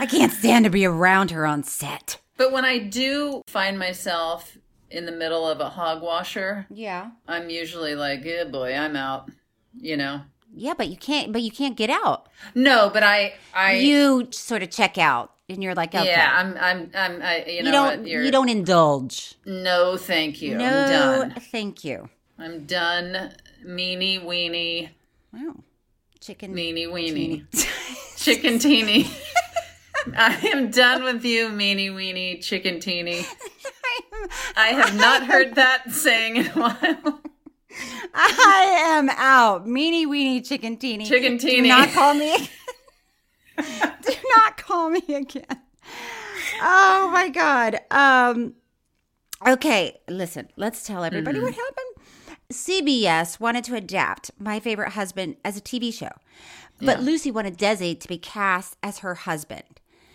I can't stand to be around her on set.
But when I do find myself in the middle of a hogwasher,
Yeah.
I'm usually like, "Yeah, boy, I'm out." You know.
Yeah, but you can't. But you can't get out.
No, but I I
you sort of check out, and you're like, okay.
yeah, I'm I'm I'm I, you
you,
know
don't
what,
you don't indulge.
No, thank you.
no,
I'm done.
thank you.
I'm done. Meanie weenie,
Wow, chicken.
meanie weenie, chicken teeny. I am done with you, meanie weenie, chicken teeny. I have not heard that saying in a while.
I am out. Meanie weenie chicken teeny.
Chicken
Do
teeny.
not call me. Do not call me again. Oh my
Mm.
god. Um. Okay, listen. Let's tell everybody what happened. CBS wanted to adapt My Favorite Husband as a TV show, but
Yeah.
Lucy wanted Desi to be cast as her husband.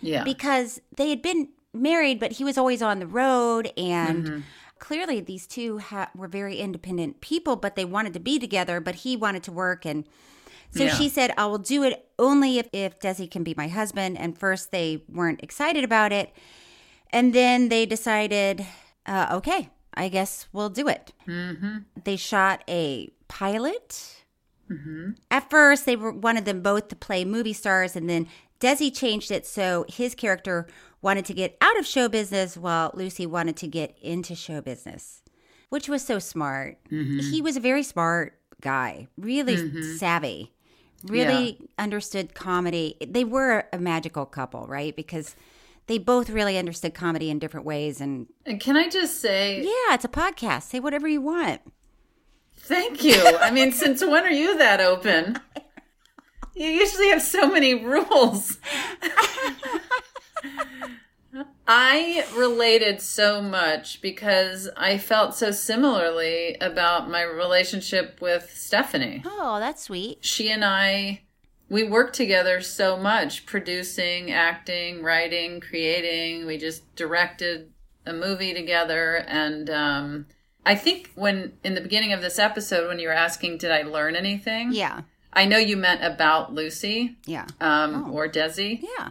Yeah.
Because they had been married, but he was always on the road. And clearly, these two ha- were very independent people, but they wanted to be together, but he wanted to work. And so
Yeah.
she said, I will do it only if, if Desi can be my husband. And first, they weren't excited about it. And then they decided, uh, okay, I guess we'll do it.
Mm-hmm.
They shot a pilot.
Mm-hmm.
At first, they were, wanted them both to play movie stars, and then Desi changed it so his character wanted to get out of show business while Lucy wanted to get into show business, which was so smart.
Mhm.
He was a very smart guy, really
Mhm.
savvy, really understood comedy. They were a magical couple, right? Because they both really understood comedy in different ways. And
And can I just say,
yeah, it's a podcast. Say whatever you want.
Thank you. I mean, since when are you that open? You usually have so many rules. I related so much because I felt so similarly about my relationship with Stephanie.
Oh, that's sweet.
She and I, we worked together so much producing, acting, writing, creating. We just directed a movie together. And um, I think when in the beginning of this episode, when you were asking, did I learn anything?
Yeah.
I know you meant about Lucy
Yeah. Oh,
um, or Desi.
Yeah.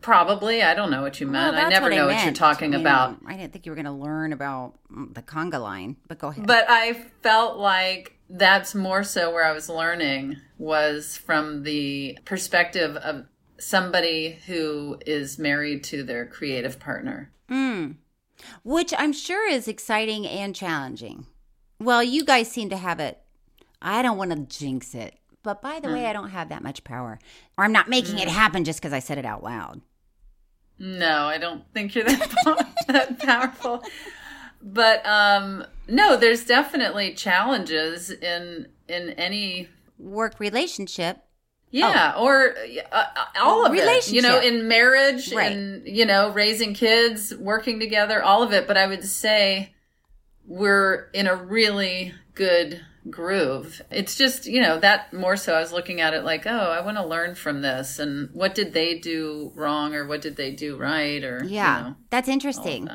Probably. I don't know what you meant.
Well,
I
that's
never know what you're
meant.
talking
I mean,
about.
I didn't think you were going to learn about mm, the conga line, but go ahead.
But I felt like that's more so where I was learning was from the perspective of somebody who is married to their creative partner.
Mm. Which I'm sure is exciting and challenging. Well, you guys seem to have it. I don't want to jinx it. But by the
Mm.
way, I don't have that much power. Or I'm not making it happen just because I said it out loud.
No, I don't think you're that, pow- that powerful. But um no, there's definitely challenges in in any
Work relationship.
Yeah, or uh, uh, all of it. You know,
Oh. Relationship.
in marriage,
Right.
in you know, raising kids, working together, all of it. But I would say we're in a really good groove. It's just you know that more so. I was looking at it like, oh, I want to learn from this, and what did they do wrong, or what did they do right, or you
Yeah.
know,
That's interesting.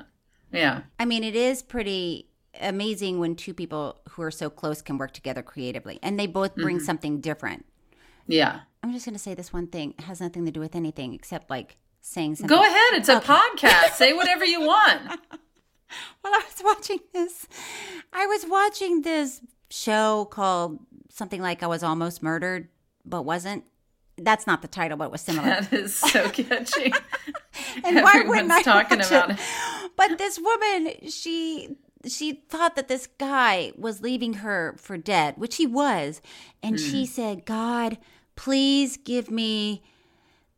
yeah,
I mean, it is pretty amazing when two people who are so close can work together creatively and they both bring
Mhm.
something different.
yeah.
I'm just going to say this one thing it has nothing to do with anything except like saying something.
Go ahead. It's a podcast. Say whatever you want.
Well, I was watching this. I was watching this show called something like I was almost murdered but wasn't. That's not the title, but it was similar.
That is so catchy.
And why wouldn't
Everyone's
I
talking
watch
about
it? But this woman, she she thought that this guy was leaving her for dead, which he was, and she said, "God, please give me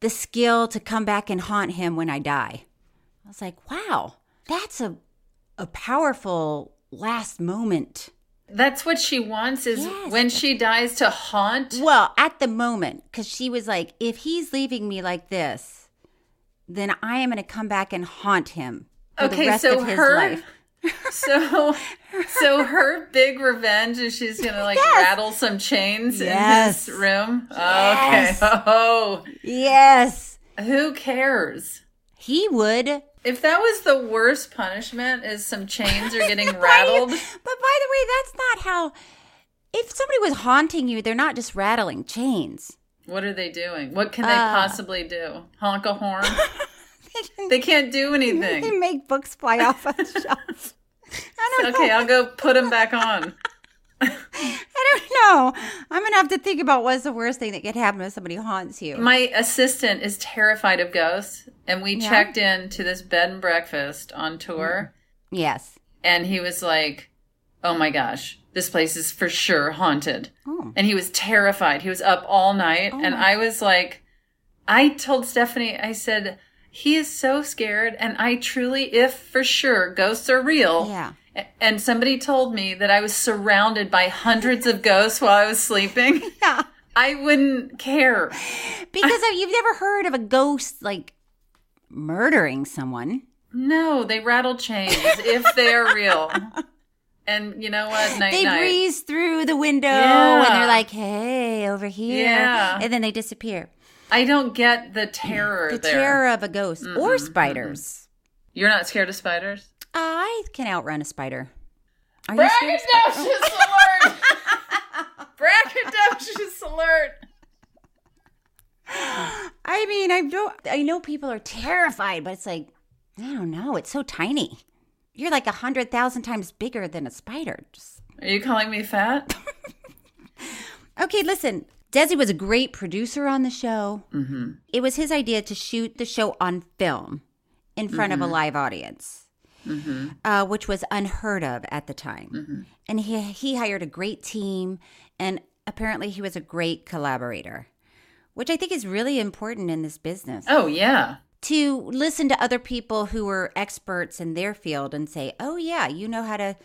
the skill to come back and haunt him when I die." I was like, "Wow, that's a a powerful last moment."
That's what she wants is when she dies to haunt.
Well, at the moment, because she was like, if he's leaving me like this, then I am going to come back and haunt him for the rest of his life.
so so her big revenge is she's gonna like rattle some chains
Yes.
in his room.
Yes.
Okay. Oh.
Yes.
Who cares?
He would.
If that was the worst punishment, is some chains are getting rattled.
But by the way, that's not how. If somebody was haunting you, they're not just rattling chains.
What are they doing? What can they
Uh.
possibly do? Honk a horn? they can't do anything.
They make books fly off a shelf. I don't
okay,
know.
I'll go put them back on.
I don't know. I'm going to have to think about what's the worst thing that could happen if somebody haunts you.
My assistant is terrified of ghosts, and we
Yeah. Mm-hmm.
checked in to this bed and breakfast on tour,
yes.
and he was like, "Oh my gosh, this place is for sure haunted."
Oh.
And he was terrified. He was up all night,
Oh
and
my-
I was like, I told Stephanie, I said, "He is so scared," and I truly, if for sure, ghosts are real.
Yeah.
A- And somebody told me that I was surrounded by hundreds of ghosts while I was sleeping.
Yeah.
I wouldn't care.
Because uh, you've never heard of a ghost like murdering someone.
No, they rattle chains if they are real. And you know what? Night,
they
night.
breeze through the window and
Yeah.
they're like, "Hey, over here,"
Yeah.
and then they disappear.
I don't get the terror
The
there.
terror of a ghost or spiders.
You're not scared of spiders?
I can outrun a spider. Are you scared of
Braggadocious
spiders?
alert! Braggadocious alert!
I mean, I don't. I know people are terrified, but it's like, I don't know. It's so tiny. You're like a hundred thousand times bigger than a spider. Just-
Are you calling me fat?
Okay, listen. Desi was a great producer on the show.
Mm-hmm.
It was his idea to shoot the show on film in front of a
Mhm.
live audience,
Mm-hmm.
uh, which was unheard of at the time.
Mhm.
And he he hired a great team, and apparently he was a great collaborator, which I think is really important in this business.
Oh yeah.
to listen to other people who were experts in their field and say, "Oh yeah, you know how to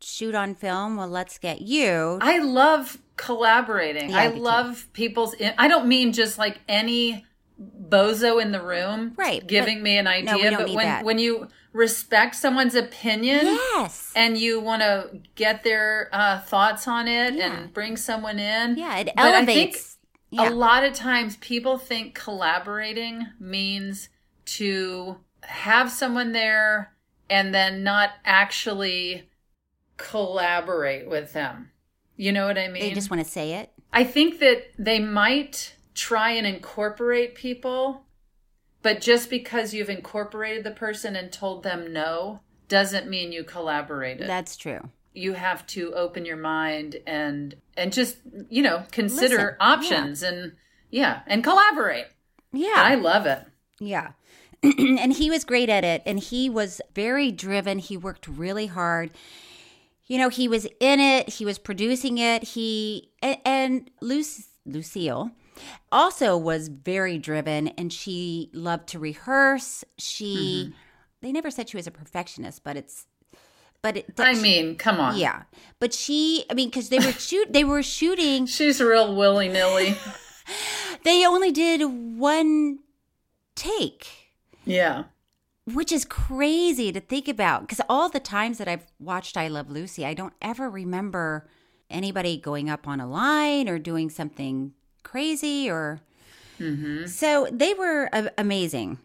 shoot on film. Well, let's get you."
I love collaborating.
Yeah,
I
me too.
love people's. I don't mean just like any bozo in the room,
Right,
Giving
but-
me an
no, we
idea,
don't
but
need
when
that.
when you respect someone's opinion,
yes.
and you want to get their uh, thoughts on it
Yeah.
and bring someone in,
Yeah, it
But I think
elevates. Yeah.
A lot of times people think collaborating means to have someone there and then not actually collaborate with them. You know what I mean?
They just want to say it.
I think that they might try and incorporate people, but just because you've incorporated the person and told them no doesn't mean you collaborated.
That's true.
you have to open your mind and and just, you know, consider
Listen, yeah.
options and yeah, and collaborate.
Yeah.
I love it.
Yeah. and he was great at it and he was very driven. He worked really hard. You know, he was in it, he was producing it. He and, and Luc- Lucille also was very driven and she loved to rehearse. She
Mm-hmm.
they never said she was a perfectionist, but it's but it
I mean, come on.
yeah. But she I mean cuz they were shoot they were shooting
She's real willy-nilly.
they only did one take.
yeah.
Which is crazy to think about because all the times that I've watched I Love Lucy, I don't ever remember anybody going up on a line or doing something crazy or.
Mhm.
So they were a- amazing.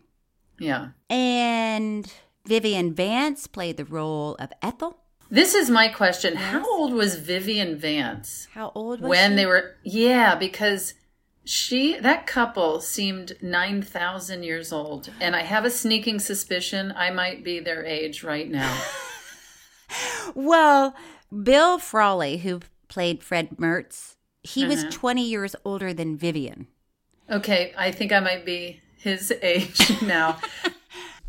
Yeah.
And Vivian Vance played the role of Ethel.
This is my question. How old was Vivian Vance?
How old was
when
she?
they were yeah because she that couple seemed 9000 years old and i have a sneaking suspicion i might be their age right now
Well, Bill Frawley, who played Fred Mertz, he
Uh-huh.
was 20 years older than Vivian.
okay i think i might be his age now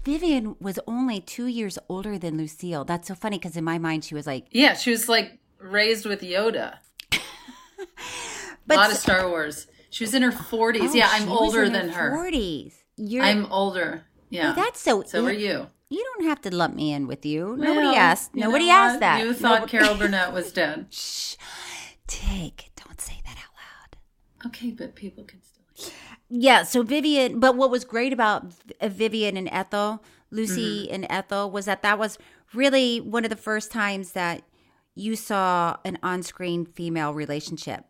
Vivian was only two years older than Lucille. That's so funny because in my mind she was like,
yeah she was like raised with yoda a lot of star wars she was in her 40s
Oh,
yeah i'm
she was
older
in
than her
40s. You're,
i'm older yeah
Oh, that's so.
so are you
You don't have to lump me in with you. Nobody
Well,
asked.
you know
Nobody asked
what?
that.
you thought
Nobo-
carol burnett was dead
Take. Don't say that out loud.
okay but people can still
Yeah. So Vivian, but what was great about V- uh, Vivian and Ethel, Lucy
Mm-hmm.
and Ethel, was that that was really one of the first times that you saw an on-screen female relationship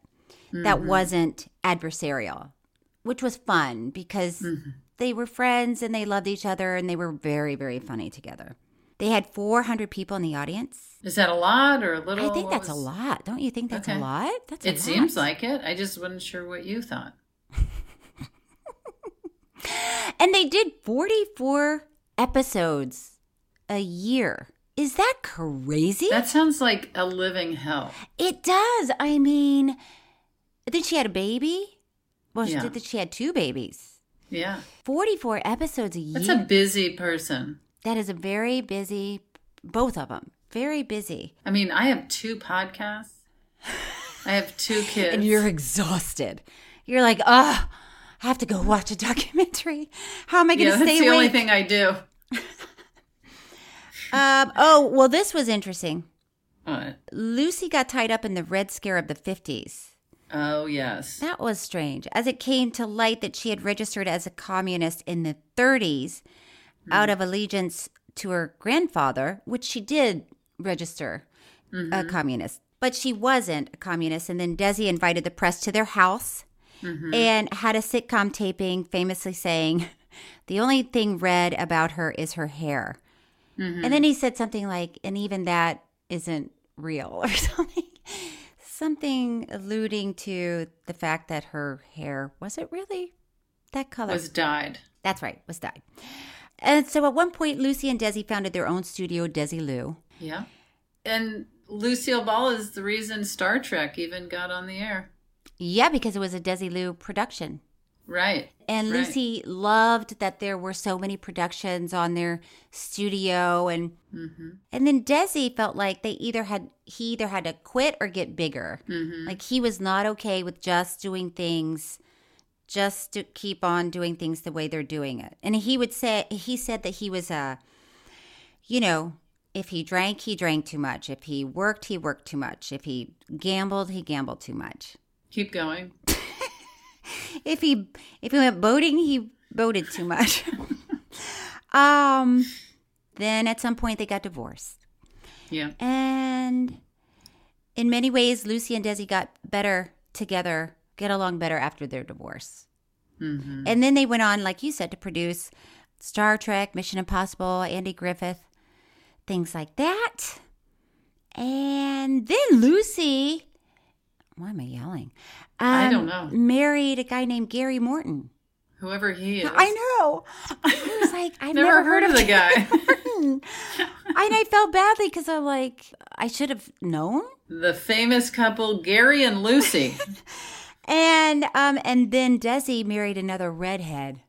that
Mm-hmm.
wasn't adversarial, which was fun because
Mm-hmm.
they were friends and they loved each other and they were very, very funny together. They had 400 people in the audience.
is that a lot or a little
I think
What
that's a
was-
lot. Don't you think that's
Okay.
a lot? That's a
It
lot.
seems like it. I just wasn't sure what you thought.
And they did 44 episodes a year. Is that crazy?
That sounds like a living hell.
it does. I mean, then she had a baby. Well, she
Yeah.
did that. She had two babies.
Yeah.
44 episodes a year.
That's a busy person.
that is a very busy, both of them, very busy.
I mean, I have two podcasts. I have two kids.
And you're exhausted. You're like, ugh, I have to go watch a documentary. How am I going
yeah,
to
that's
stay
the
awake?
only thing I do.
Um, oh, well, this was interesting.
What?
Lucy got tied up in the Red Scare of the 50s.
Oh yes.
That was strange, as it came to light that she had registered as a communist in the 30s out of allegiance to her grandfather, which she did register. a communist, but she wasn't a communist. And then Desi invited the press to their house
Mhm.
and had a sitcom taping, famously saying, The only thing red about her is her hair.
Mhm.
And then he said something like, And even that isn't real or something. Something alluding to the fact that her hair was it really that color
Was dyed.
That's right, was dyed. And so at one point, Lucy and Desi founded their own studio, Desi Lou.
Yeah. And Lucille Ball is the reason Star Trek even got on the air.
Yeah, because it was a Desi Lou production.
Right.
And
Right.
Lucy loved that there were so many productions on their studio and
Mhm.
and then Desi felt like they either had he either had to quit or get bigger.
Mhm.
Like he was not okay with just doing things just to keep on doing things the way they're doing it. And he would say he said that he was a you know, if he drank, he drank too much. If he worked, he worked too much. If he gambled, he gambled too much
Keep going.
if he if he went boating, he boated too much. um, then at some point they got divorced,
Yeah.
and in many ways, Lucy and Desi got better together, get along better after their divorce.
Mm-hmm.
And then they went on, like you said, to produce Star Trek, Mission Impossible, Andy Griffith, things like that. And then Lucy, why am I yelling? Um,
I don't know.
Married a guy named Gary Morton.
Whoever he is.
I know. I was like, I've
Never
never,
heard of the guy.
Morton. and I felt badly because I'm like, I should have known.
The famous couple, Gary and Lucy.
And um, and then Desi married another redhead.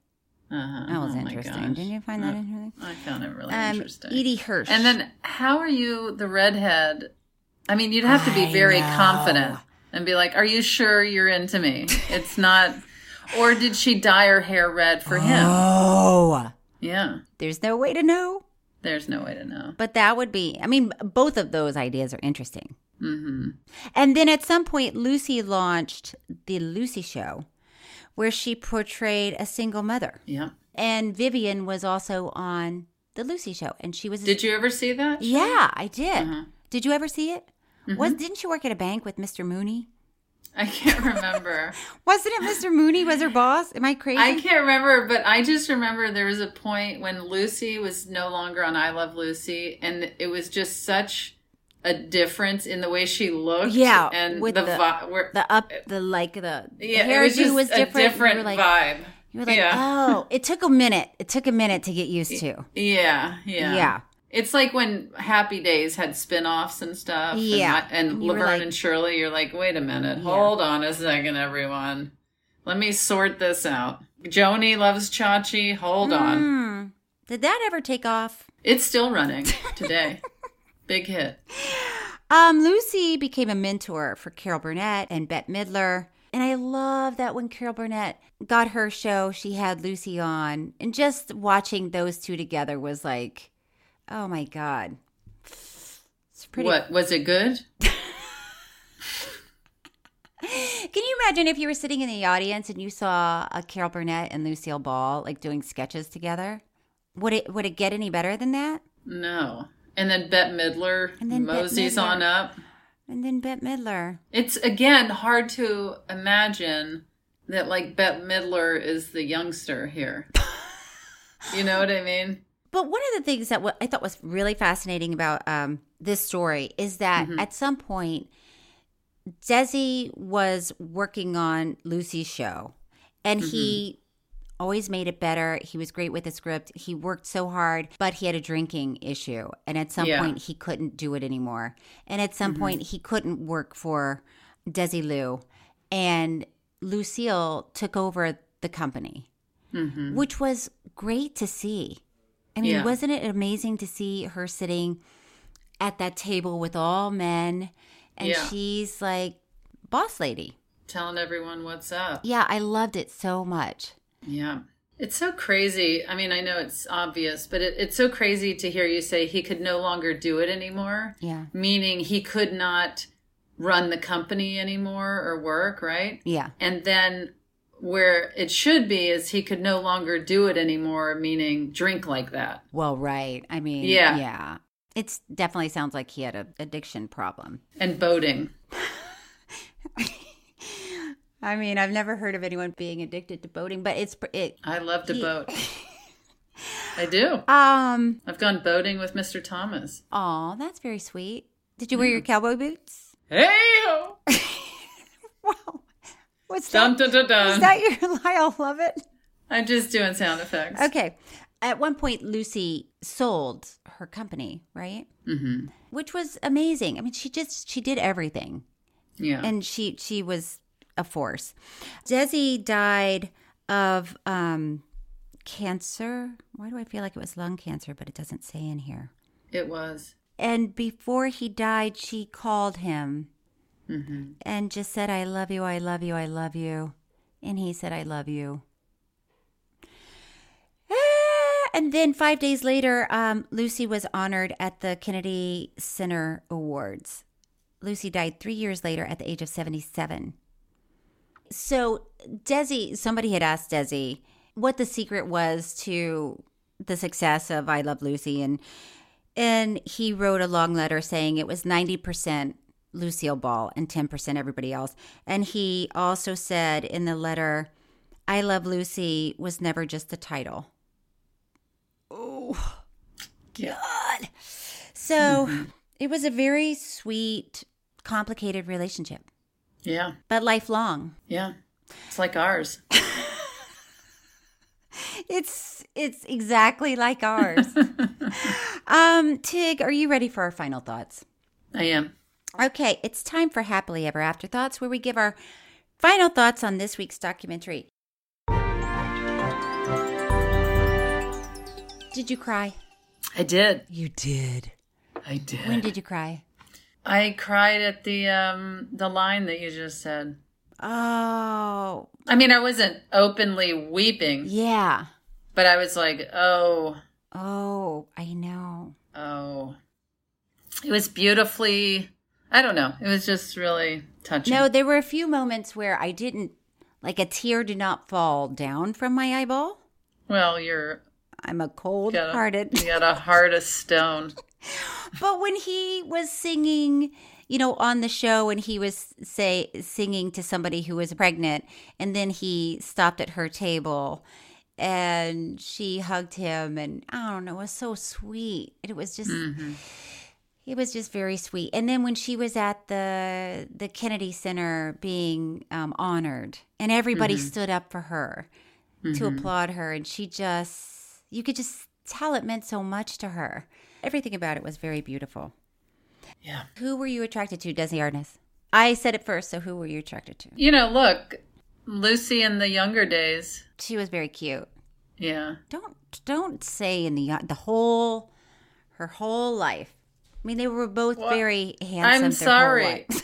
Uh-huh.
That was
Oh my
interesting.
gosh.
Didn't you find that
Uh,
interesting?
I found it really
Um,
interesting.
Edie Hirsch.
And then, how are you the redhead? I mean, you'd have to be
I
very
know.
confident and be like, "Are you sure you're into me?" It's not. or did she dye her hair red for him?
Oh,
Yeah.
there's no way to know.
There's no way to know.
But that would be. I mean, both of those ideas are interesting.
Mm-hmm.
And then at some point, Lucy launched the Lucy Show, where she portrayed a single mother.
Yeah.
And Vivian was also on the Lucy Show, and she was.
Did you ever see that?
Yeah, I did.
Uh-huh.
Did you ever see it?
Mhm.
Was didn't you work at a bank with Mr. Mooney?
I can't remember.
Wasn't it Mr. Mooney was her boss? Am I crazy?
I can't remember, but I just remember there was a point when Lucy was no longer on I Love Lucy, and it was just such a difference in the way she looked.
Yeah,
and
with
the,
the-
vi- where-
the up the like the, the
yeah, it
hairdo
was
was,
just a
different.
different,
you were like,
vibe.
You were like,
yeah.
oh, it took a minute. It took a minute to get used to.
yeah, yeah,
"Oh." Yeah.
It's like when Happy Days had spin-offs and stuff. and
Yeah.
I- and,
And you were
Laverne
like-
and Shirley. You're like, wait a minute,
Yeah.
hold on a second, everyone. Let me sort this out. Joni loves Chachi. Hold on.
Hmm. Did that ever take off?
It's still running today. Big hit.
Um, Lucy became a mentor for Carol Burnett and Bette Midler. And I love that when Carol Burnett got her show, she had Lucy on. And just watching those two together was like, oh my God. It's pretty.
What was it good?
Can you imagine if you were sitting in the audience and you saw a Carol Burnett and Lucille Ball like doing sketches together? Would it would it get any better than that?
No. And then Bette Midler
And then Bette
moseys
Midler.
on up.
And then Bette Midler.
It's again hard to imagine that like Bette Midler is the youngster here. you know what I mean?
But one of the things that wa- I thought was really fascinating about um, this story is that at some point, Desi was working on Lucy's show, and he always made it better. He was great with the script. He worked so hard, but he had a drinking issue, and at some
Yeah.
point, he couldn't do it anymore. And at some point, he couldn't work for Desi Lou, and Lucille took over the company
Mm-hmm.
which was great to see. I mean,
Yeah.
wasn't it amazing to see her sitting at that table with all men and
Yeah.
she's like boss lady?
Telling everyone what's up.
Yeah, I loved it so much.
Yeah. It's so crazy. I mean, I know it's obvious, but it, it's so crazy to hear you say he could no longer do it anymore,
Yeah.
meaning he could not run the company anymore or work, right?
Yeah.
And then where it should be is he could no longer do it anymore, meaning drink like that.
Well, right. I mean,
Yeah.
yeah. It definitely sounds like he had an addiction problem.
And boating.
I mean, I've never heard of anyone being addicted to boating, but it's it.
I love to he, boat. I do.
Um,
I've gone boating with Mr. Thomas.
Oh, that's very sweet. Did you wear your cowboy boots?
Hey!
wow. What's
Dun,
that?
dun, dun, dun.
Is that your Lyle Love it?
I'm just doing sound effects.
Okay. At one point, Lucy sold her company, right?
Mm-hmm.
Which was amazing. I mean, she just she did everything,
Yeah.
and she she was a force. Desi died of um, cancer. Why do I feel like it was lung cancer, but it doesn't say in here.
it was.
And before he died, she called him
Mm-hmm.
and just said, I love you, I love you, I love you. And he said, I love you. Ah, And then five days later, um, Lucy was honored at the Kennedy Center Awards. Lucy died three years later at the age of 77. So, Desi, somebody had asked Desi what the secret was to the success of I Love Lucy. And, and he wrote a long letter saying it was 90% Lucille Ball and 10% everybody else. And he also said in the letter, I Love Lucy was never just the title. Oh,
Yeah.
God. Mm-hmm. So it was a very sweet, complicated relationship,
Yeah.
but lifelong.
Yeah. It's like ours.
It's it's exactly like ours. um, Tig, are you ready for our final thoughts?
I am.
Okay, it's time for Happily Ever After Thoughts, where we give our final thoughts on this week's documentary. Did you cry?
I did.
You did.
I did.
When did you cry?
I cried at the um the line that you just said.
Oh,
I mean, I wasn't openly weeping,
yeah.
but I was like, "Oh,
Oh, I know.
oh." It was beautifully I don't know. It was just really touching.
No, there were a few moments where I didn't, like a tear did not fall down from my eyeball.
Well, you're
I'm a
you
cold
got a-
hearted.
You got a heart of stone.
but when he was singing you know on the show and he was say singing to somebody who was pregnant and then he stopped at her table and she hugged him and i don't know it was so sweet it was just it was just very sweet and then when she was at the the kennedy center being um, honored and everybody stood up for her to applaud her and she just you could just tell it meant so much to her everything about it was very beautiful
Yeah.
who were you attracted to desi arnaz i said it first so who were you attracted to
You know, look, Lucy in the younger days.
she was very cute
Yeah.
don't don't say in the the whole her whole life i mean they were both
Well,
very handsome
I'm
their whole
sorry.
lives.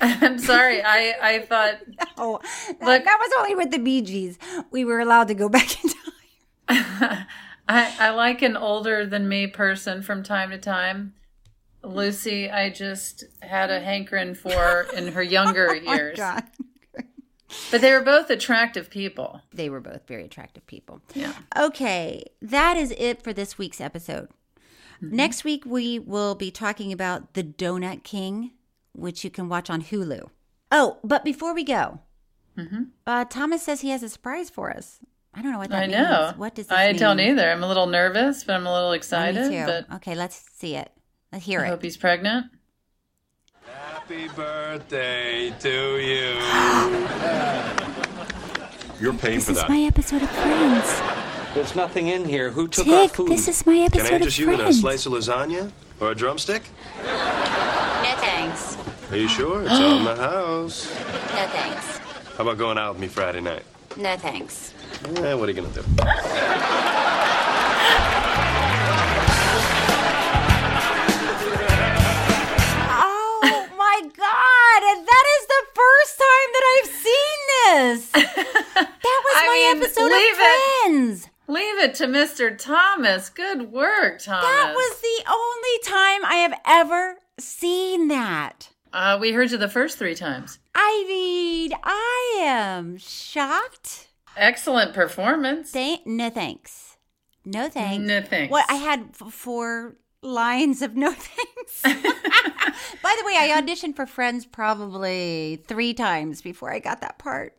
I'm sorry. I I thought
oh that,
Look-
that was only with the bee gees we were allowed to go back in time
I I like an older than me person from time to time. Lucy, I just had a hankering for in her younger
Oh
years.
God.
But they were both attractive people.
they were both very attractive people
Yeah.
Okay, that is it for this week's episode.
Mm-hmm.
Next week, we will be talking about The Donut King, which you can watch on Hulu. Oh, but before we go,
Mm-hmm.
uh, Thomas says he has a surprise for us. I don't know what that
I
means.
know.
What does this
I
mean?
don't either. I'm a little nervous, but I'm a little
Oh,
excited.
Me too.
But
Okay, let's see it. Let's hear
I
it.
hope he's pregnant.
Happy birthday to you.
You're paying
This is my episode of Friends.
There's nothing in here. Who took our
Tig,
food?
this is my
Can I
episode of
interest you in a
Friends.
slice of lasagna or a drumstick?
No thanks.
Are you sure? It's all in the house.
No thanks.
How about going out with me Friday night?
No thanks.
Eh, what are you gonna do?
Oh my god! And that is the first time that I've seen this. That was
I
my
mean,
episode
leave it.
of Friends.
Leave it to Mr. Thomas. Good work, Thomas.
That was the only time I have ever seen that.
Uh, we heard you the first three times.
I mean, I am shocked.
Excellent performance.
Thank no thanks. No thanks.
No thanks.
What I had f- four lines of no thanks. By the way, I auditioned for Friends probably three times before I got that part.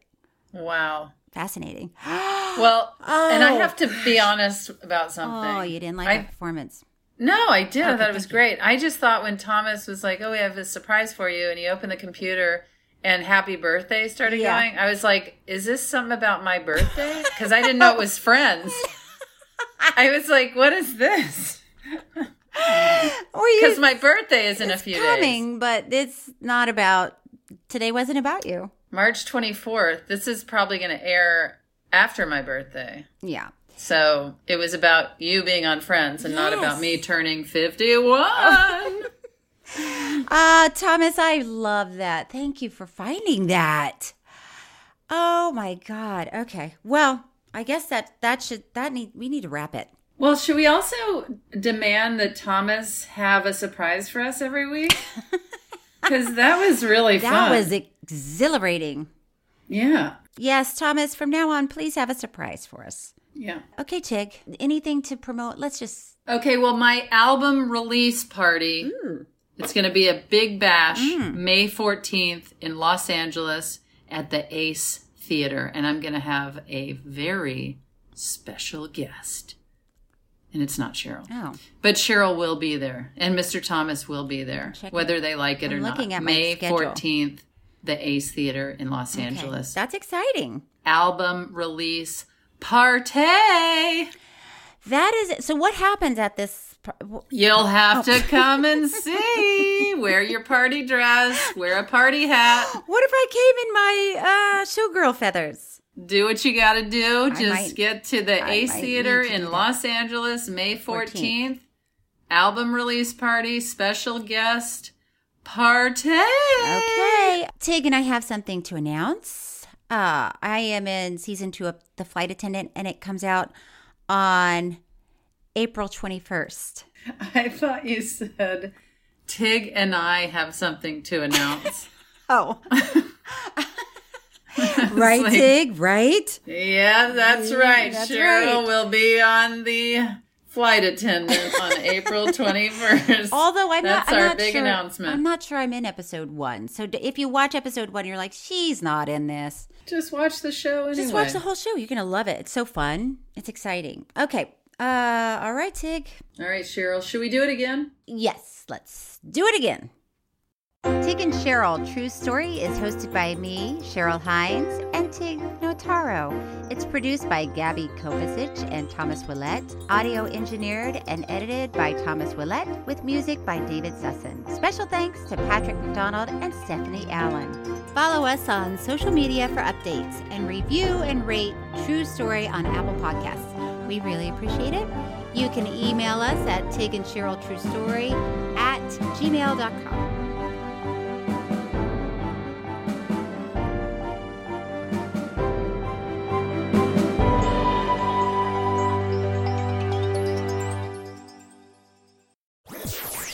Wow.
Fascinating.
well, and I have to be honest about something.
Oh, you didn't like
I-
my performance.
No, I did. I
Okay,
thought it was great. I just thought when Thomas was like, "Oh, we have this surprise for you," and he opened the computer and "Happy Birthday" started
Yeah.
going, I was like, "Is this something about my birthday?" Because I didn't know it was Friends. I was like, "What is this?"
you-
Because my birthday is in a few days,
Coming, but it's not about today. Wasn't about you.
March twenty fourth. This is probably going to air after my birthday,
Yeah.
so it was about you being on Friends and not about
Yes.
me turning fifty one.
Ah, Thomas, I love that. Thank you for finding that. Oh my God. Okay. Well, I guess that that should that need we need to wrap it.
Well, should we also demand that Thomas have a surprise for us every week? Because that was really
that
fun.
was exhilarating.
yeah,
Yes, Thomas. From now on, please have a surprise for us.
yeah.
Okay, Tig. Anything to promote? Let's just.
Okay, well, my album release party. It's going to be a big bash, May fourteenth in Los Angeles at the Ace Theater, and I'm going to have a very special guest. And it's not Cheryl.
Oh,
But Cheryl will be there, and Mr. Thomas will be there,
Check
whether they like it
I'm
or not.
looking at my
May
schedule.
fourteenth, the Ace Theater in Los Angeles.
that's exciting.
Album release party.
That is. So, what happens at this? par-
You'll have
Oh.
to come and see. wear your party dress. Wear a party hat.
What if I came in my uh, showgirl feathers?
Do what you got to do.
I
Just
might-
get to the
I
Ace
might
Theater
need to do
in
that.
Los Angeles, May 14th.
14th.
Album release party, special guest party.
Okay. Tig and I have something to announce. Uh, I am in season two of The Flight Attendant, and it comes out on April 21st.
I thought you said Tig and I have something to announce.
Oh. right,
like-
Tig, right?
yeah, that's right.
that's
Cheryl
right.
will be on the flight attendant on April 21st.
Although I'm
that's
not, I'm
our
not
big
sure,
announcement.
I'm not sure I'm in episode one. So d- if you watch episode one, you're like, she's not in this.
Just watch the show anyway.
Just watch the whole show. You're gonna love it. It's so fun. It's exciting. Okay. Uh, all right, Tig.
All right, Cheryl, should we do it again?
Yes, let's do it again. Tig and Cheryl True Story is hosted by me, Cheryl Hines, and Tig Notaro. It's produced by Gabby Kovacic and Thomas Willett, audio engineered and edited by Thomas Willett, with music by David Sussin. Special thanks to Patrick McDonald and Stephanie Allen. Follow us on social media for updates and review and rate True Story on Apple Podcasts. We really appreciate it. You can email us at Tig and Cheryl True Story at gmail.com.